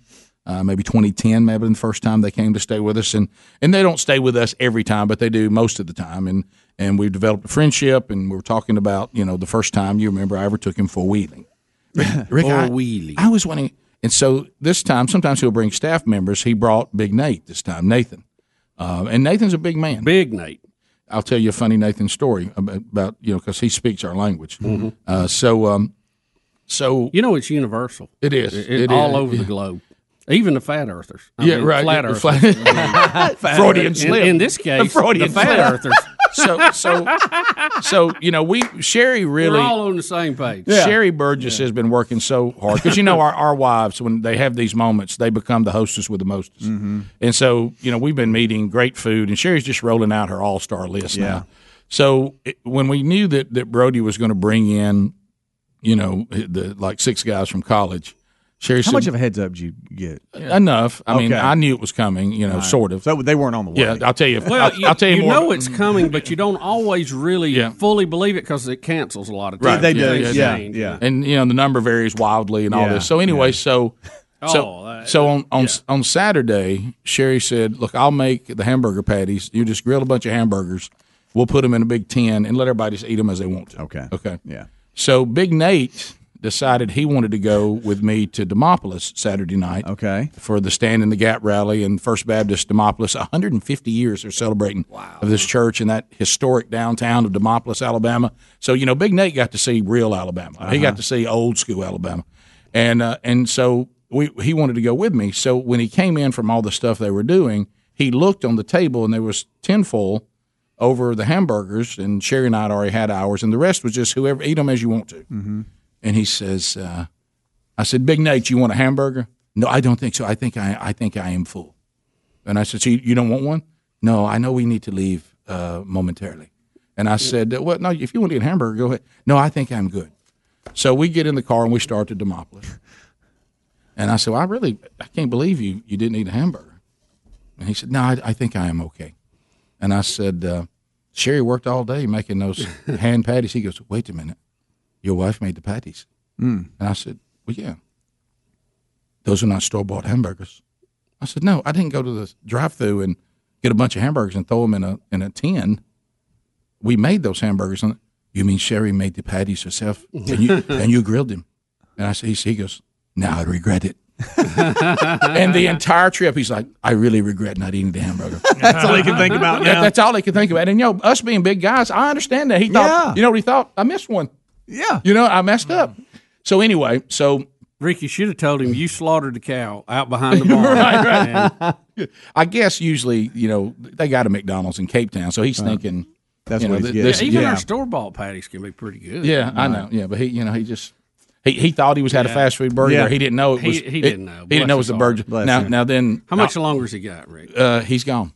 Speaker 14: uh, maybe 2010, maybe the first time they came to stay with us. And and they don't stay with us every time, but they do most of the time. And and we've developed a friendship. And we were talking about you know the first time you remember I ever took him for wheeling. Rick, Rick, I- I was wanting, and so this time, sometimes he'll bring staff members. He brought Big Nate this time, Nathan, um, and Nathan's a big man.
Speaker 10: Big Nate.
Speaker 14: I'll tell you a funny Nathan story about, about you know because he speaks our language. Uh, so, um, so
Speaker 10: you know it's universal.
Speaker 14: It is.
Speaker 10: It-
Speaker 14: It
Speaker 10: all
Speaker 14: is.
Speaker 10: over the
Speaker 14: Yeah.
Speaker 10: globe. Even the fat earthers. I
Speaker 14: Yeah,
Speaker 10: mean,
Speaker 14: right.
Speaker 10: Flat
Speaker 14: The
Speaker 10: earthers.
Speaker 14: flat-
Speaker 10: Fat
Speaker 14: Freudian
Speaker 10: earth-
Speaker 14: slip.
Speaker 10: In, in this case,
Speaker 14: Freudian
Speaker 10: the fat
Speaker 14: slip.
Speaker 10: earthers.
Speaker 14: So, so, so you know, we Sherry really
Speaker 10: We're all on the same page.
Speaker 14: Sherry Burgess has been working so hard because you know our, our wives when they have these moments they become the hostess with the mostest,
Speaker 15: Mm-hmm.
Speaker 14: and so you know we've been meeting great food and Sherry's just rolling out her all star list
Speaker 7: Yeah.
Speaker 14: now. So it, when we knew that that Brody was going to bring in, you know, the like six guys from college, Sherry
Speaker 15: How
Speaker 14: said,
Speaker 15: much of a heads up did you get?
Speaker 14: enough. I mean,
Speaker 15: Okay.
Speaker 14: I knew it was coming, you know,
Speaker 15: All right.
Speaker 14: sort of.
Speaker 15: So they weren't on the way.
Speaker 14: Yeah, I'll tell you.
Speaker 10: Well,
Speaker 14: I'll,
Speaker 10: you,
Speaker 14: I'll tell you,
Speaker 10: you
Speaker 14: more.
Speaker 10: know it's coming, but you don't always really fully believe it because it cancels a lot of times. Things change.
Speaker 14: And you know the number varies wildly and all
Speaker 10: Yeah,
Speaker 14: this. So anyway, so so
Speaker 10: Oh, that-
Speaker 14: so on on on Saturday, Sherry said, "Look, I'll make the hamburger patties. You just grill a bunch of hamburgers. We'll put them in a big tin and let everybody just eat them as they want to." Okay. Okay.
Speaker 15: Yeah.
Speaker 14: So Big Nate decided he wanted to go with me to Demopolis Saturday night.
Speaker 15: Okay.
Speaker 14: For the Stand in the Gap rally and First Baptist Demopolis, 150 years they're celebrating of this church in that historic downtown of Demopolis, Alabama. So you know, Big Nate got to see real Alabama. He
Speaker 7: Uh-huh.
Speaker 14: got to see old school Alabama, and uh, and so we he wanted to go with me. So when he came in from all the stuff they were doing, he looked on the table and there was tinfoil over the hamburgers, and Sherry and I had already had ours, and the rest was just whoever eat them as you want to.
Speaker 7: Mm-hmm.
Speaker 14: And he says, uh, I said, Big Nate, you want a hamburger? No, I don't think so. I think I, I think I am full. And I said, so you, you don't want one? No, I know we need to leave uh, momentarily. And I said, well, no, if you want to eat a hamburger, go ahead. No, I think I'm good. So we get in the car and we start to Demopolis. And I said, well, I really, I can't believe you, you didn't eat a hamburger. And he said, no, I, I think I am okay. And I said, uh, Sherry worked all day making those hand patties. He goes, wait a minute. Your wife made the patties.
Speaker 7: Mm.
Speaker 14: And I said, Well, yeah. Those are not store bought hamburgers. I said, No, I didn't go to the drive through and get a bunch of hamburgers and throw them in a, in a tin. We made those hamburgers. And, you mean Sherry made the patties herself and you, and you grilled him? And I said, He, he goes, Now I regret it. and the entire trip, he's like, I really regret not eating the hamburger.
Speaker 7: That's all he can think about
Speaker 14: Yeah,
Speaker 7: now.
Speaker 14: that's all he could think about. And you know, us being big guys, I understand that. He thought,
Speaker 7: Yeah.
Speaker 14: you know what he thought? I missed one. Yeah. You know, I messed up. So anyway, so
Speaker 10: Ricky should have told him you slaughtered the cow out behind the barn.
Speaker 14: right, right. I guess usually, you know, they got a McDonald's in Cape Town, so he's
Speaker 10: Uh,
Speaker 14: thinking
Speaker 10: That's
Speaker 14: you know,
Speaker 10: what
Speaker 14: th-
Speaker 10: he's getting.
Speaker 14: this-
Speaker 10: yeah, even our store bought patties can be pretty good.
Speaker 14: Yeah, I know. Yeah, but he, you know, he just he, he thought he was had a
Speaker 10: Yeah.
Speaker 14: fast food burger.
Speaker 10: Yeah.
Speaker 14: He didn't know it
Speaker 10: He-
Speaker 14: was.
Speaker 10: he
Speaker 14: it-
Speaker 10: didn't know.
Speaker 14: He
Speaker 10: Bless
Speaker 14: didn't know it
Speaker 10: his
Speaker 14: was the
Speaker 10: heart.
Speaker 14: burger.
Speaker 10: Bless
Speaker 14: Now,
Speaker 10: him.
Speaker 14: now then,
Speaker 10: How much
Speaker 14: uh,
Speaker 10: longer's he got, Rick?
Speaker 14: Uh, he's gone.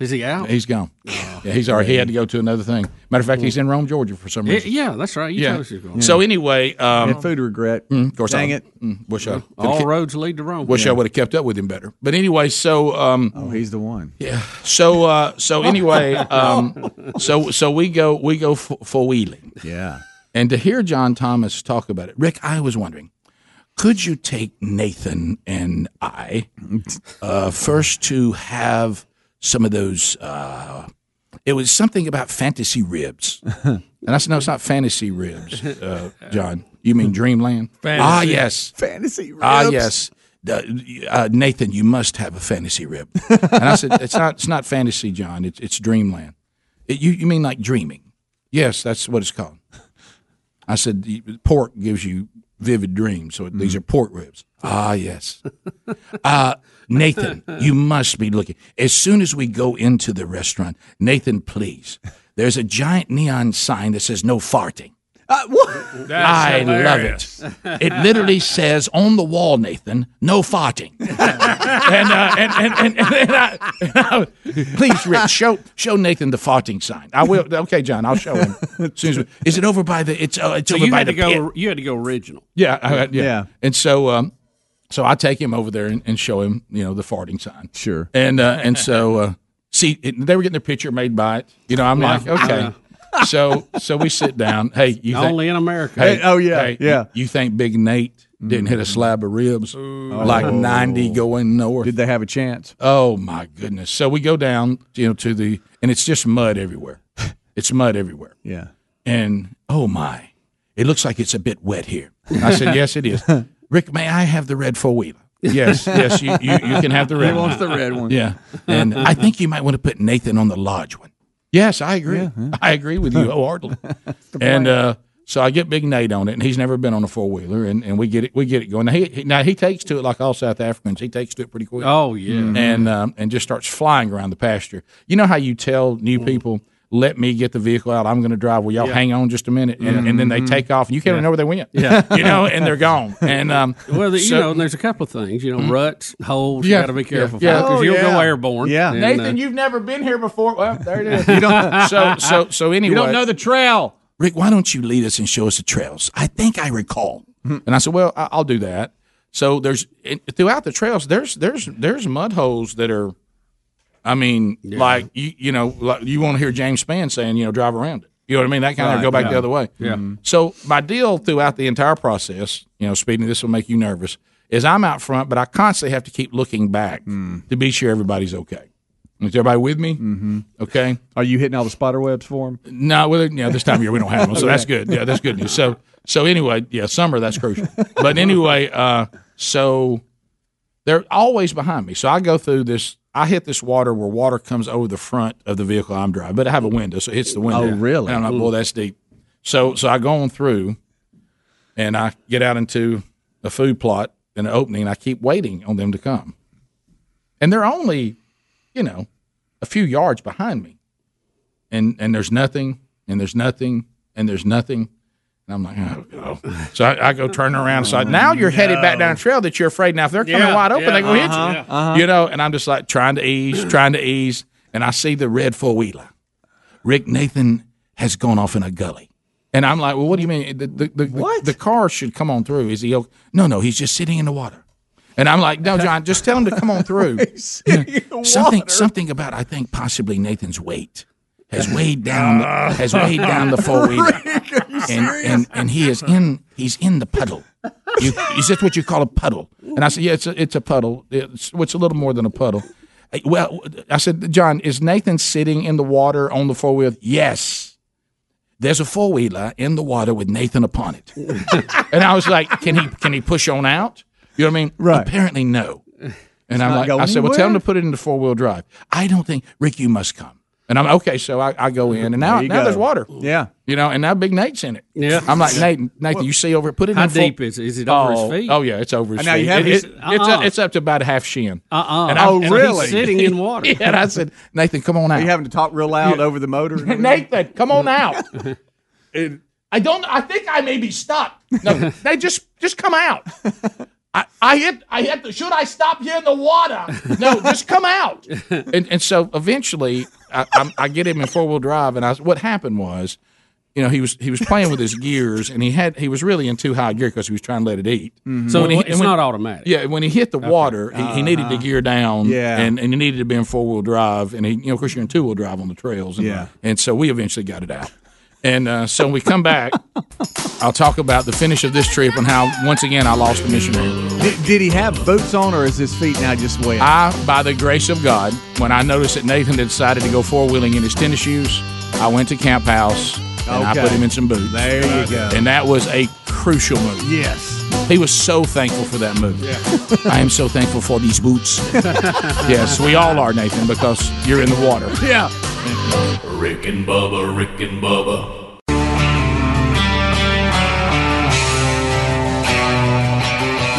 Speaker 10: Is he out?
Speaker 14: He's gone.
Speaker 10: Oh,
Speaker 14: Yeah, he's already. He had to go to another thing. Matter of fact, he's in Rome, Georgia, for some
Speaker 10: Yeah,
Speaker 14: reason.
Speaker 10: yeah, that's right. You
Speaker 14: yeah.
Speaker 10: told us he was gone.
Speaker 14: So anyway, um,
Speaker 10: Had
Speaker 14: food regret. of course,
Speaker 10: Dang
Speaker 14: I,
Speaker 10: it.
Speaker 14: mm, Wish I
Speaker 10: All
Speaker 14: could've-
Speaker 10: roads lead to Rome.
Speaker 14: Wish
Speaker 10: Yeah.
Speaker 14: I would have kept up with him better. But anyway, so um, oh,
Speaker 15: he's the one.
Speaker 14: Yeah. So uh, so anyway, um, so so we go we go for, for wheeling.
Speaker 15: Yeah.
Speaker 14: And to hear John Thomas talk about it, Rick, I was wondering, could you take Nathan and I uh, first to have some of those? Uh, it was something about fantasy ribs, and I said, no, it's not fantasy ribs, uh, John. You mean Dreamland? Ah, yes.
Speaker 15: Fantasy ribs.
Speaker 14: Ah, yes. The- uh, Nathan, you must have a fantasy rib. and I said, it's not, it's not fantasy, John. It's, it's dreamland. It, you, you mean like dreaming? Yes, that's what it's called. I said, "The pork gives you vivid dreams. So these are pork ribs. Ah, yes. Uh, Nathan, you must be looking. As soon as we go into the restaurant, Nathan, please, there's a giant neon sign that says no farting.
Speaker 7: what?
Speaker 14: I love it. It literally says on the wall, Nathan, no farting. and, uh, and, and, and, and, I, and I- please, Rick, show show Nathan the farting sign. I will. Okay, John, I'll show him. As soon as we- is it over by the? It's uh, it's
Speaker 10: So
Speaker 14: over
Speaker 10: you
Speaker 14: by
Speaker 10: had
Speaker 14: the
Speaker 10: to go.
Speaker 14: pit.
Speaker 10: You had to go original.
Speaker 14: Yeah, I, I- yeah,
Speaker 10: Yeah.
Speaker 14: And so, um, so I take him over there and, and show him, you know, the farting sign.
Speaker 15: Sure.
Speaker 14: And uh, and so, uh, see, it, they were getting their picture made by it. You know, I'm
Speaker 10: Yeah.
Speaker 14: like, okay. So so we sit down. Hey, you think-
Speaker 10: Only in America.
Speaker 14: Hey,
Speaker 10: Hey, oh, yeah,
Speaker 14: hey,
Speaker 10: yeah. Mm-hmm.
Speaker 14: You, you think Big Nate didn't hit a slab of ribs like
Speaker 15: Oh.
Speaker 14: ninety going north?
Speaker 15: Did they have a chance?
Speaker 14: Oh my goodness! So we go down, you know, to the and it's just mud everywhere. It's mud everywhere.
Speaker 15: Yeah.
Speaker 14: And oh my, it looks like it's a bit wet here. I said, yes, it is. Rick, may I have the red four wheeler? Yes, yes, you, you, you can have the
Speaker 15: He
Speaker 14: red.
Speaker 15: wants
Speaker 14: one.
Speaker 15: the red one.
Speaker 14: Yeah, and I think you might want to put Nathan on the lodge one. Yes, I agree. I agree with you wholeheartedly. and uh, So I get Big Nate on it, and he's never been on a four wheeler, and, and we get it we get it going. Now he, he- now he takes to it like all South Africans. He takes to it pretty quick.
Speaker 10: Oh, yeah. Mhm.
Speaker 14: and um, and just starts flying around the pasture. You know how you tell new people, "Let me get the vehicle out. I'm going to drive. Will y'all
Speaker 10: Mm. Yeah.
Speaker 14: hang on just a minute?" And, and then they
Speaker 10: Mhm.
Speaker 14: take off, and you can't even know where they went.
Speaker 10: Yeah.
Speaker 14: you know, and they're gone. And um,
Speaker 10: Well, the, you
Speaker 14: so- Mm.
Speaker 10: know, and there's a couple of things. You know, ruts, holes.
Speaker 14: Yeah,
Speaker 10: you got to be
Speaker 14: yeah,
Speaker 10: careful
Speaker 14: yeah.
Speaker 10: because
Speaker 14: Oh,
Speaker 10: you'll
Speaker 14: yeah.
Speaker 10: go airborne.
Speaker 14: Yeah.
Speaker 10: and,
Speaker 14: Nathan,
Speaker 10: uh,
Speaker 14: you've never been here before. Well, there it is.
Speaker 10: You don't-
Speaker 14: so so so
Speaker 10: You
Speaker 14: anyway.
Speaker 10: don't know
Speaker 14: the trail. Rick, why don't you lead us and show us the trails? I think I recall.
Speaker 10: Mm-hmm.
Speaker 14: And I said, well, I- I'll do that. So there's and throughout the trails, there's there's there's mud holes that are, I mean, like you you know, like you want to hear James Spann saying, you know, drive around it. You know what I mean? That kind of
Speaker 10: Right,
Speaker 14: go back
Speaker 10: yeah.
Speaker 14: the other way. Mm-hmm.
Speaker 10: Yeah.
Speaker 14: So my deal throughout the entire process, you know, speeding this will make you nervous, is I'm out front, but I constantly have to keep looking back
Speaker 10: Mm.
Speaker 14: to be sure everybody's okay. Is everybody with me? Mm-hmm. Okay.
Speaker 15: Are you hitting all the spider webs for him?
Speaker 14: No, well, yeah, this time of year we don't have them, so that's
Speaker 15: Right.
Speaker 14: good. Yeah, that's good news. So, so anyway, yeah, summer that's crucial. But anyway, uh, so they're always behind me. So I go through this. I hit this water where water comes over the front of the vehicle I'm driving, but I have a window, so it hits the window.
Speaker 15: Oh, really?
Speaker 14: And I'm like, boy, that's deep. So, so I go on through, and I get out into a food plot and an opening, and I keep waiting on them to come, and they're only, you know, a few yards behind me and and there's nothing, and there's nothing, and there's nothing. And I'm like, oh, God. So I, I go turn around. So I- now you're headed back down the trail that you're afraid. Now, if they're coming
Speaker 10: Yeah,
Speaker 14: wide open,
Speaker 10: yeah,
Speaker 14: they're going to hit
Speaker 10: uh-huh,
Speaker 14: you.
Speaker 10: yeah. Uh-huh.
Speaker 14: You know, and I'm just like trying to ease, trying to ease. And I see the red four wheeler. Rick Nathan has gone off in a gully. And I'm like, well, what do you mean? The, the, the, what? The, car should come on through. Is he okay? No, no, he's just sitting in the water. And I'm like, no, John, just tell him to come on through. something, something about I think possibly Nathan's weight has weighed down, the, has weighed down the four wheeler, and, and and he is in he's in the puddle. You, is that what you call a puddle? And I said, yeah, it's a, it's a puddle. It's, it's a little more than a puddle. Uh, Well, I said, John, is Nathan sitting in the water on the four wheeler? Yes. There's a four wheeler in the water with Nathan upon it. and I was like, can he can he push on out? You know what I mean? Right. Apparently, no. And I'm
Speaker 7: not
Speaker 14: like,
Speaker 7: going
Speaker 14: I said, well, tell him to
Speaker 7: anywhere.
Speaker 14: put it into four wheel drive. I don't think Rick, you must come. And I'm okay, so I, I go in, and now
Speaker 10: There you
Speaker 14: now
Speaker 10: go.
Speaker 14: there's water.
Speaker 15: Yeah,
Speaker 14: you know, and now Big Nate's in it.
Speaker 10: Yeah.
Speaker 14: I'm like Nathan, Nathan, you see over, put it
Speaker 10: How
Speaker 14: in full-
Speaker 10: deep is it? Is it over his
Speaker 14: oh,
Speaker 10: feet?
Speaker 14: Oh yeah, it's over his
Speaker 10: And now
Speaker 14: feet.
Speaker 10: you
Speaker 14: It-
Speaker 10: have his-
Speaker 14: it- it's,
Speaker 10: uh-uh.
Speaker 14: it's up to about a half shin.
Speaker 10: Uh-uh.
Speaker 14: And I-
Speaker 10: Oh,
Speaker 14: and he's
Speaker 10: really? Sitting in water.
Speaker 14: yeah, and I said, Nathan, come on out.
Speaker 15: Are you having to talk real loud over the motor?
Speaker 14: Nathan, come on out. And I don't. I think I may be stuck. No, they just just come out. I, I hit. I hit. The, should I stop you in the water? No, just come out. And and so eventually, I, I, I get him in four wheel drive, and I. What happened was, you know, he was he was playing with his gears, and he had he was really in too high gear because he was trying to let it eat.
Speaker 10: Mm-hmm. So
Speaker 14: When he-
Speaker 10: it's
Speaker 14: when-
Speaker 10: not automatic.
Speaker 14: Yeah, when he hit the water, he, he needed to gear down.
Speaker 10: Yeah.
Speaker 14: and and he needed to be in four wheel drive, and he you know of course you're in two wheel drive on the trails. And,
Speaker 10: Yeah.
Speaker 14: and so we eventually got it out. And uh, so when we come back, I'll talk about the finish of this trip and how once again I lost a missionary.
Speaker 15: Did, did he have boots on, or is his feet now just wet?
Speaker 14: I, by the grace of God, when I noticed that Nathan had decided to go four wheeling in his tennis shoes, I went to Camp House and I
Speaker 15: Okay.
Speaker 14: put him in some boots. There
Speaker 15: you go.
Speaker 14: And that was a crucial move.
Speaker 15: Yes.
Speaker 14: He was so thankful for that move. I am so thankful for these boots. yes, we all are, Nathan, because you're in the water.
Speaker 10: Yeah.
Speaker 5: Rick and Bubba, Rick and Bubba.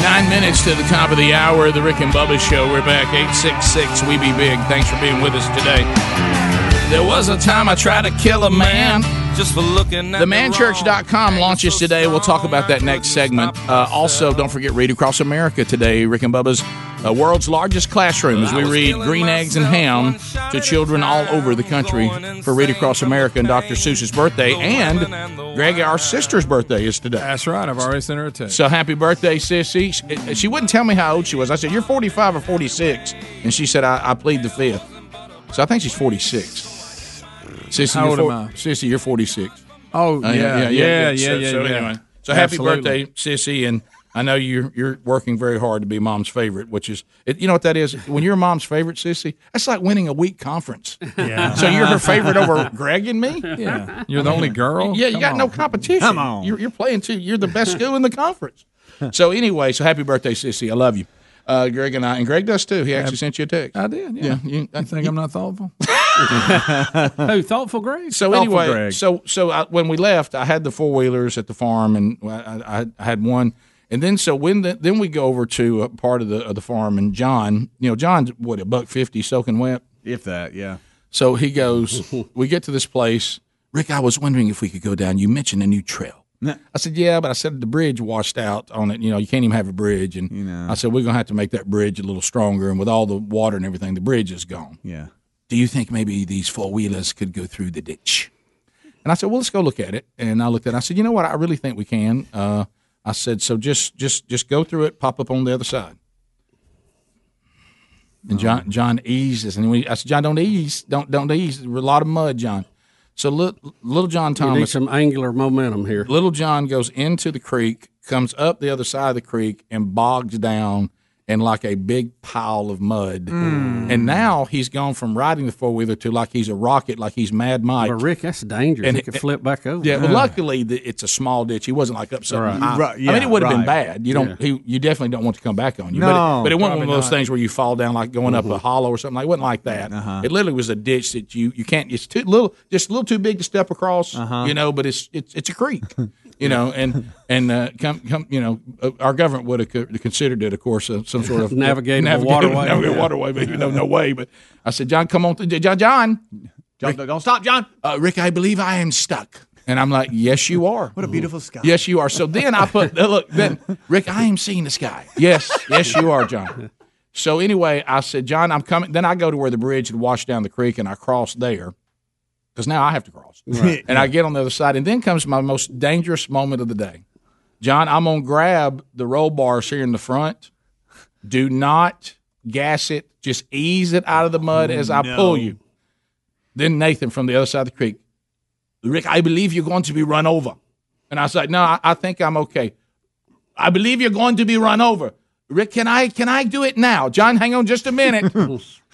Speaker 14: Nine minutes to the top of the hour, the Rick and Bubba Show. We're back, 866 We Be Big. Thanks for being with us today. There was a time I tried to kill a man.
Speaker 7: Just for looking at
Speaker 14: TheManChurch.com launches today. We'll talk about that next segment. Uh, also, don't forget Read Across America today. Rick and Bubba's uh, world's largest classroom as we read Green Eggs and Ham to children all over the country for Read Across America and Dr. Seuss's birthday. And Greg, our sister's birthday is today.
Speaker 4: That's right. I've already sent her a text.
Speaker 14: So happy birthday, sissy. She, she wouldn't tell me how old she was. I said, You're 45 or 46. And she said, I, I plead the fifth. So I think she's 46. Sissy,
Speaker 4: How
Speaker 14: you're
Speaker 4: old
Speaker 14: four-
Speaker 4: am I?
Speaker 14: Sissy, you're 46.
Speaker 4: Oh,
Speaker 14: Uh,
Speaker 4: yeah, yeah, yeah, yeah,
Speaker 14: so,
Speaker 4: yeah,
Speaker 14: so
Speaker 4: yeah.
Speaker 14: anyway, so happy birthday,
Speaker 4: Absolutely.
Speaker 14: sissy, and I know you're you're working very hard to be mom's favorite, which is it, you know what that is. When you're mom's favorite, sissy, that's like winning a week conference.
Speaker 4: Yeah.
Speaker 14: So you're her favorite over Greg and me.
Speaker 4: Yeah. You're the only girl?
Speaker 14: Yeah, you
Speaker 4: Come
Speaker 14: got no
Speaker 4: on.
Speaker 14: competition.
Speaker 4: Come on.
Speaker 14: you're, you're playing too. You're the best school in the conference. So anyway, so happy birthday, sissy. I love
Speaker 4: Uh,
Speaker 14: you. Uh, Greg and I, and Greg does too. He actually sent you a text. I did. Yeah. You, think I'm not thoughtful?
Speaker 10: Who thoughtful Greg?
Speaker 14: So
Speaker 10: Thoughtful
Speaker 14: anyway,
Speaker 10: Greg.
Speaker 14: so so I, when we left, I had the four wheelers at the farm, and I, I, I had one. And then so when the, then we go over to a part of the of the farm, and John, you know, John's what a buck fifty soaking wet,
Speaker 15: if
Speaker 14: Uh,
Speaker 15: that, yeah.
Speaker 14: So he goes. we get to this place, Rick. I was wondering if we could go down. You mentioned a new trail. I said, yeah, but I said the bridge washed out on it. You know, you can't even have a bridge. And I said, we're going to have to make that bridge a little stronger. And with all the water and everything, the bridge is gone.
Speaker 15: Yeah.
Speaker 14: Do you think maybe these four wheelers could go through the ditch? And I said, well, let's go look at it. And I looked at it. I said, you know what? I really think we can. Uh, I said, so just just just go through it, pop up on the other side. And John John eases, and we, I said, John, don't ease, don't don't ease. There's a lot of mud, John. So little, little John
Speaker 10: You
Speaker 14: Thomas,
Speaker 10: need some angular momentum here.
Speaker 14: Little John goes into the creek, comes up the other side of the creek, and bogs down in like a big pile of mud.
Speaker 10: Mm.
Speaker 14: And now he's gone from riding the four wheeler to like he's a rocket, like he's Mad Mike.
Speaker 10: But Rick, that's dangerous.
Speaker 14: And
Speaker 10: he
Speaker 14: it-
Speaker 10: could flip back over.
Speaker 14: Yeah, well, luckily the, it's a small ditch. He wasn't like up something
Speaker 10: Right.
Speaker 14: high.
Speaker 10: Right,
Speaker 14: I mean,
Speaker 10: yeah,
Speaker 14: it would have been
Speaker 10: right.
Speaker 14: bad. You don't. He, you definitely don't want to come back on you. but
Speaker 10: No,
Speaker 14: it, but it wasn't one
Speaker 10: probably
Speaker 14: of those
Speaker 10: not. Mm-hmm.
Speaker 14: things where you fall down like going up a hollow or something. Like, it wasn't like that.
Speaker 10: Uh-huh.
Speaker 14: It literally was a ditch that you you can't. It's too little, just a little too big to step across.
Speaker 10: Uh-huh.
Speaker 14: You know, but it's it's it's a creek. You know, and and uh, come come. You know, uh, our government would have co- considered it, of course, uh, some sort of
Speaker 10: Navigatable
Speaker 14: navigatable
Speaker 10: waterway.
Speaker 14: navigatable
Speaker 10: Yeah.
Speaker 14: waterway, but you know, no way. But I said, John, come on, th- John, John, John, don't stop, John. Uh, Rick, I believe I am stuck. And I'm like, yes, you are. What
Speaker 15: a beautiful sky.
Speaker 14: Yes, you are. So then I put, look, then, Rick, I am seeing the sky. Yes, yes, you are, John. So anyway, I said, John, I'm coming. Then I go to where the bridge had washed down the creek and I cross there because now I have to cross.
Speaker 10: Right.
Speaker 14: and I get on the other side. And then comes my most dangerous moment of the day. John, I'm going to grab the roll bars here in the front. Do not gas it. Just ease it out of the mud as I
Speaker 10: no.
Speaker 14: pull you. Then Nathan from the other side of the creek, Rick, I believe you're going to be run over. And I said, No, I, I think I'm okay. I believe you're going to be run over. Rick, can I can I do it now? John, hang on just a minute.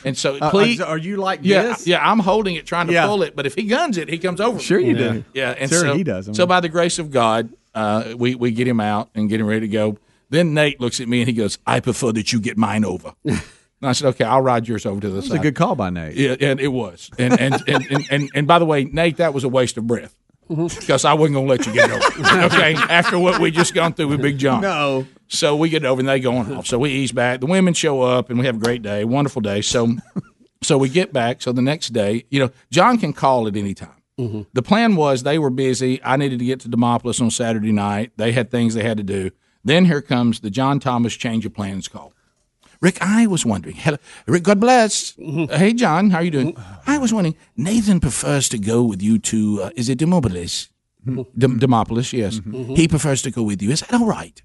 Speaker 14: and so
Speaker 15: Uh,
Speaker 14: please
Speaker 15: are you like
Speaker 14: yeah,
Speaker 15: this?
Speaker 14: Yeah, I'm holding it trying to
Speaker 15: Yeah.
Speaker 14: pull it, but if he guns it, he comes over.
Speaker 15: Sure you
Speaker 14: yeah.
Speaker 15: do.
Speaker 14: Yeah, and
Speaker 15: Sure
Speaker 14: so,
Speaker 15: he does. I
Speaker 14: So
Speaker 15: mean-
Speaker 14: by the grace of God, uh, we we get him out and get him ready to go. Then Nate looks at me and he goes, "I prefer that you get mine over." and I said, "Okay, I'll ride yours over to the
Speaker 15: That was
Speaker 14: side."
Speaker 15: a good call by Nate.
Speaker 14: Yeah, and it was. And and and, and, and, and by the way, Nate, that was a waste of breath. Because I wasn't going to let you get it over. Okay. After what we just gone through with Big John.
Speaker 15: No.
Speaker 14: So we get over and they go on off. So we ease back. The women show up and we have a great day, wonderful day. So so we get back. So the next day, you know, John can call at any time. The plan was they were busy. I needed to get to Demopolis on Saturday night. They had things they had to do. Then here comes the John Thomas change of plans call. Rick, I was wondering. Hello, Rick. God bless. Uh, hey, John, how are you doing? I was wondering. Nathan prefers to go with you to. Uh, is it Demopolis? Dem- Demopolis, yes.
Speaker 10: Mhm.
Speaker 14: He prefers to go with you. Is that all right?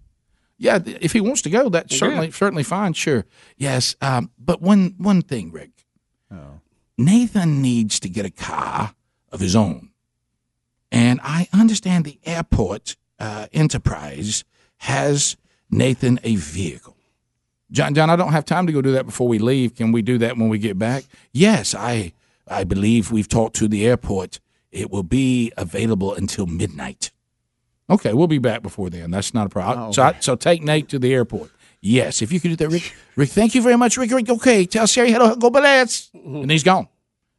Speaker 14: Yeah, th- if he wants to go, that's certainly certainly fine. Sure. Yes. Um, but one one thing, Rick. Nathan needs to get a car of his own, and I understand the airport uh, enterprise has Nathan a vehicle. John, John, I don't have time to go do that before we leave. Can we do that when we get back? Yes, I, I believe we've talked to the airport. It will be available until midnight. Okay, we'll be back before then. That's not a problem.
Speaker 10: Oh,
Speaker 14: So, I, so take Nate to the airport. Yes, if you could do that, Rick. Rick, thank you very much, Rick. Rick, okay, tell Sherry hello, go bless, and he's gone.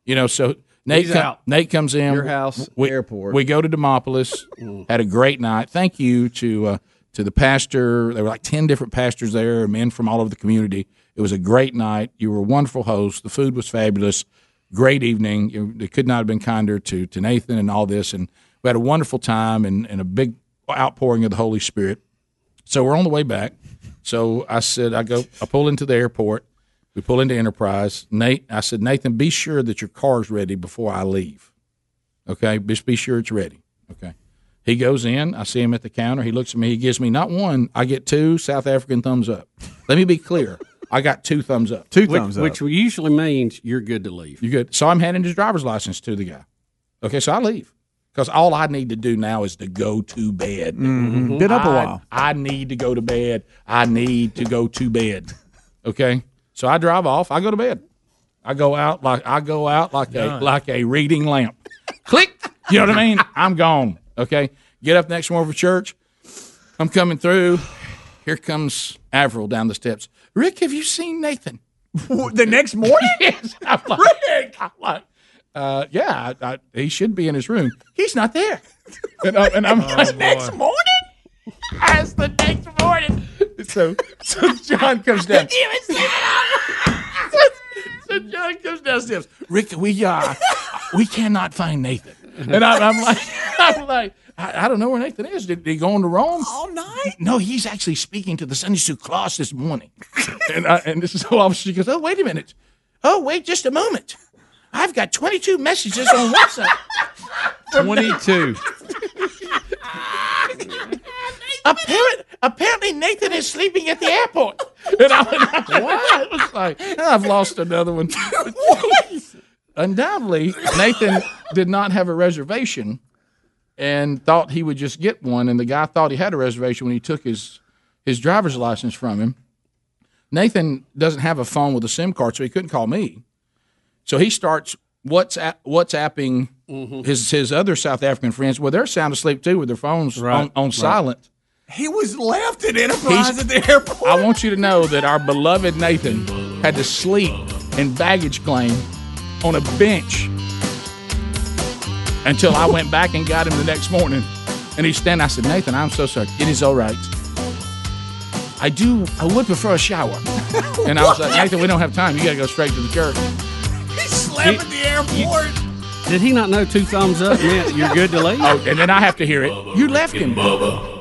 Speaker 14: You know, so Nate,
Speaker 10: Mm-hmm. He's
Speaker 14: com-
Speaker 10: out.
Speaker 14: Nate comes in.
Speaker 10: Your house,
Speaker 14: we,
Speaker 10: airport.
Speaker 14: We go to Demopolis. had a great night. Thank you to uh, to the pastor. There were like ten different pastors there, men from all over the community. It was a great night. You were a wonderful host. The food was fabulous. Great evening. You- It could not have been kinder to to Nathan and all this. And we had a wonderful time and, and a big outpouring of the Holy Spirit. So we're on the way back. So I said, I go, I pull into the airport. We pull into Enterprise. Nate, I said, Nathan, be sure that your car's ready before I leave. Okay, just be sure it's ready. Okay. He goes in. I see him at the counter. He looks at me. He gives me not one. I get two South African thumbs up. Let me be clear. I got two thumbs up.
Speaker 10: which, Which usually means you're good to leave.
Speaker 14: You good? So I'm handing his driver's license to the guy. Okay, so I leave because all I need to do now is to go to bed.
Speaker 15: Mhm. Been up a
Speaker 14: I-
Speaker 15: while.
Speaker 14: I need to go to bed. I need to go to bed. Okay, so I drive off. I go to bed. I go out like I go out like
Speaker 10: Done.
Speaker 14: a like a reading lamp. Click. You know what I mean? I'm gone. Okay. Get up next morning for church. I'm coming through. Here comes Avril down the steps. Rick, have you seen Nathan?
Speaker 15: the next morning?
Speaker 14: yes. I'm like, Rick. I'm like, uh, yeah, I, I, he should be in his room. He's not there. And, I, and I'm
Speaker 7: the next morning? As the next morning.
Speaker 14: so so John comes down.
Speaker 7: The demon's sitting out.
Speaker 14: so John comes downstairs. Rick, we uh, we cannot find Nathan. And I, I'm like, I'm like, I, I don't know where Nathan is. Did, did he go on to Rome all night? No, he's actually speaking to the Sunday school class this morning. and I, and this is so obvious. She goes, "Oh, wait a minute. Oh, wait just a moment. I've got 22 messages on WhatsApp.
Speaker 4: 22.
Speaker 14: Apparent, apparently, Nathan is sleeping at the airport. And I, I was like, "Ah, I've lost another one. Undoubtedly, Nathan did not have a reservation and thought he would just get one. And the guy thought he had a reservation when he took his, his driver's license from him. Nathan doesn't have a phone with a SIM card, so he couldn't call me. So he starts WhatsApp, WhatsApping his his other South African friends. Well, they're sound asleep too with their phones on, on silent.
Speaker 7: He was left at Enterprise
Speaker 14: He's-
Speaker 7: at the airport.
Speaker 14: I want you to know that our beloved Nathan had to sleep in baggage claim on a bench until I went back and got him the next morning. And he's standing. I said, Nathan, I'm so sorry. It is all right. I do. I would prefer a shower. And I was like, Nathan, we don't have time. You got to go straight to the church.
Speaker 7: He slept at the airport.
Speaker 10: Did he not know two thumbs up meant you're good to leave?
Speaker 14: Oh, and then I have to hear it. You left him.
Speaker 1: Bubba.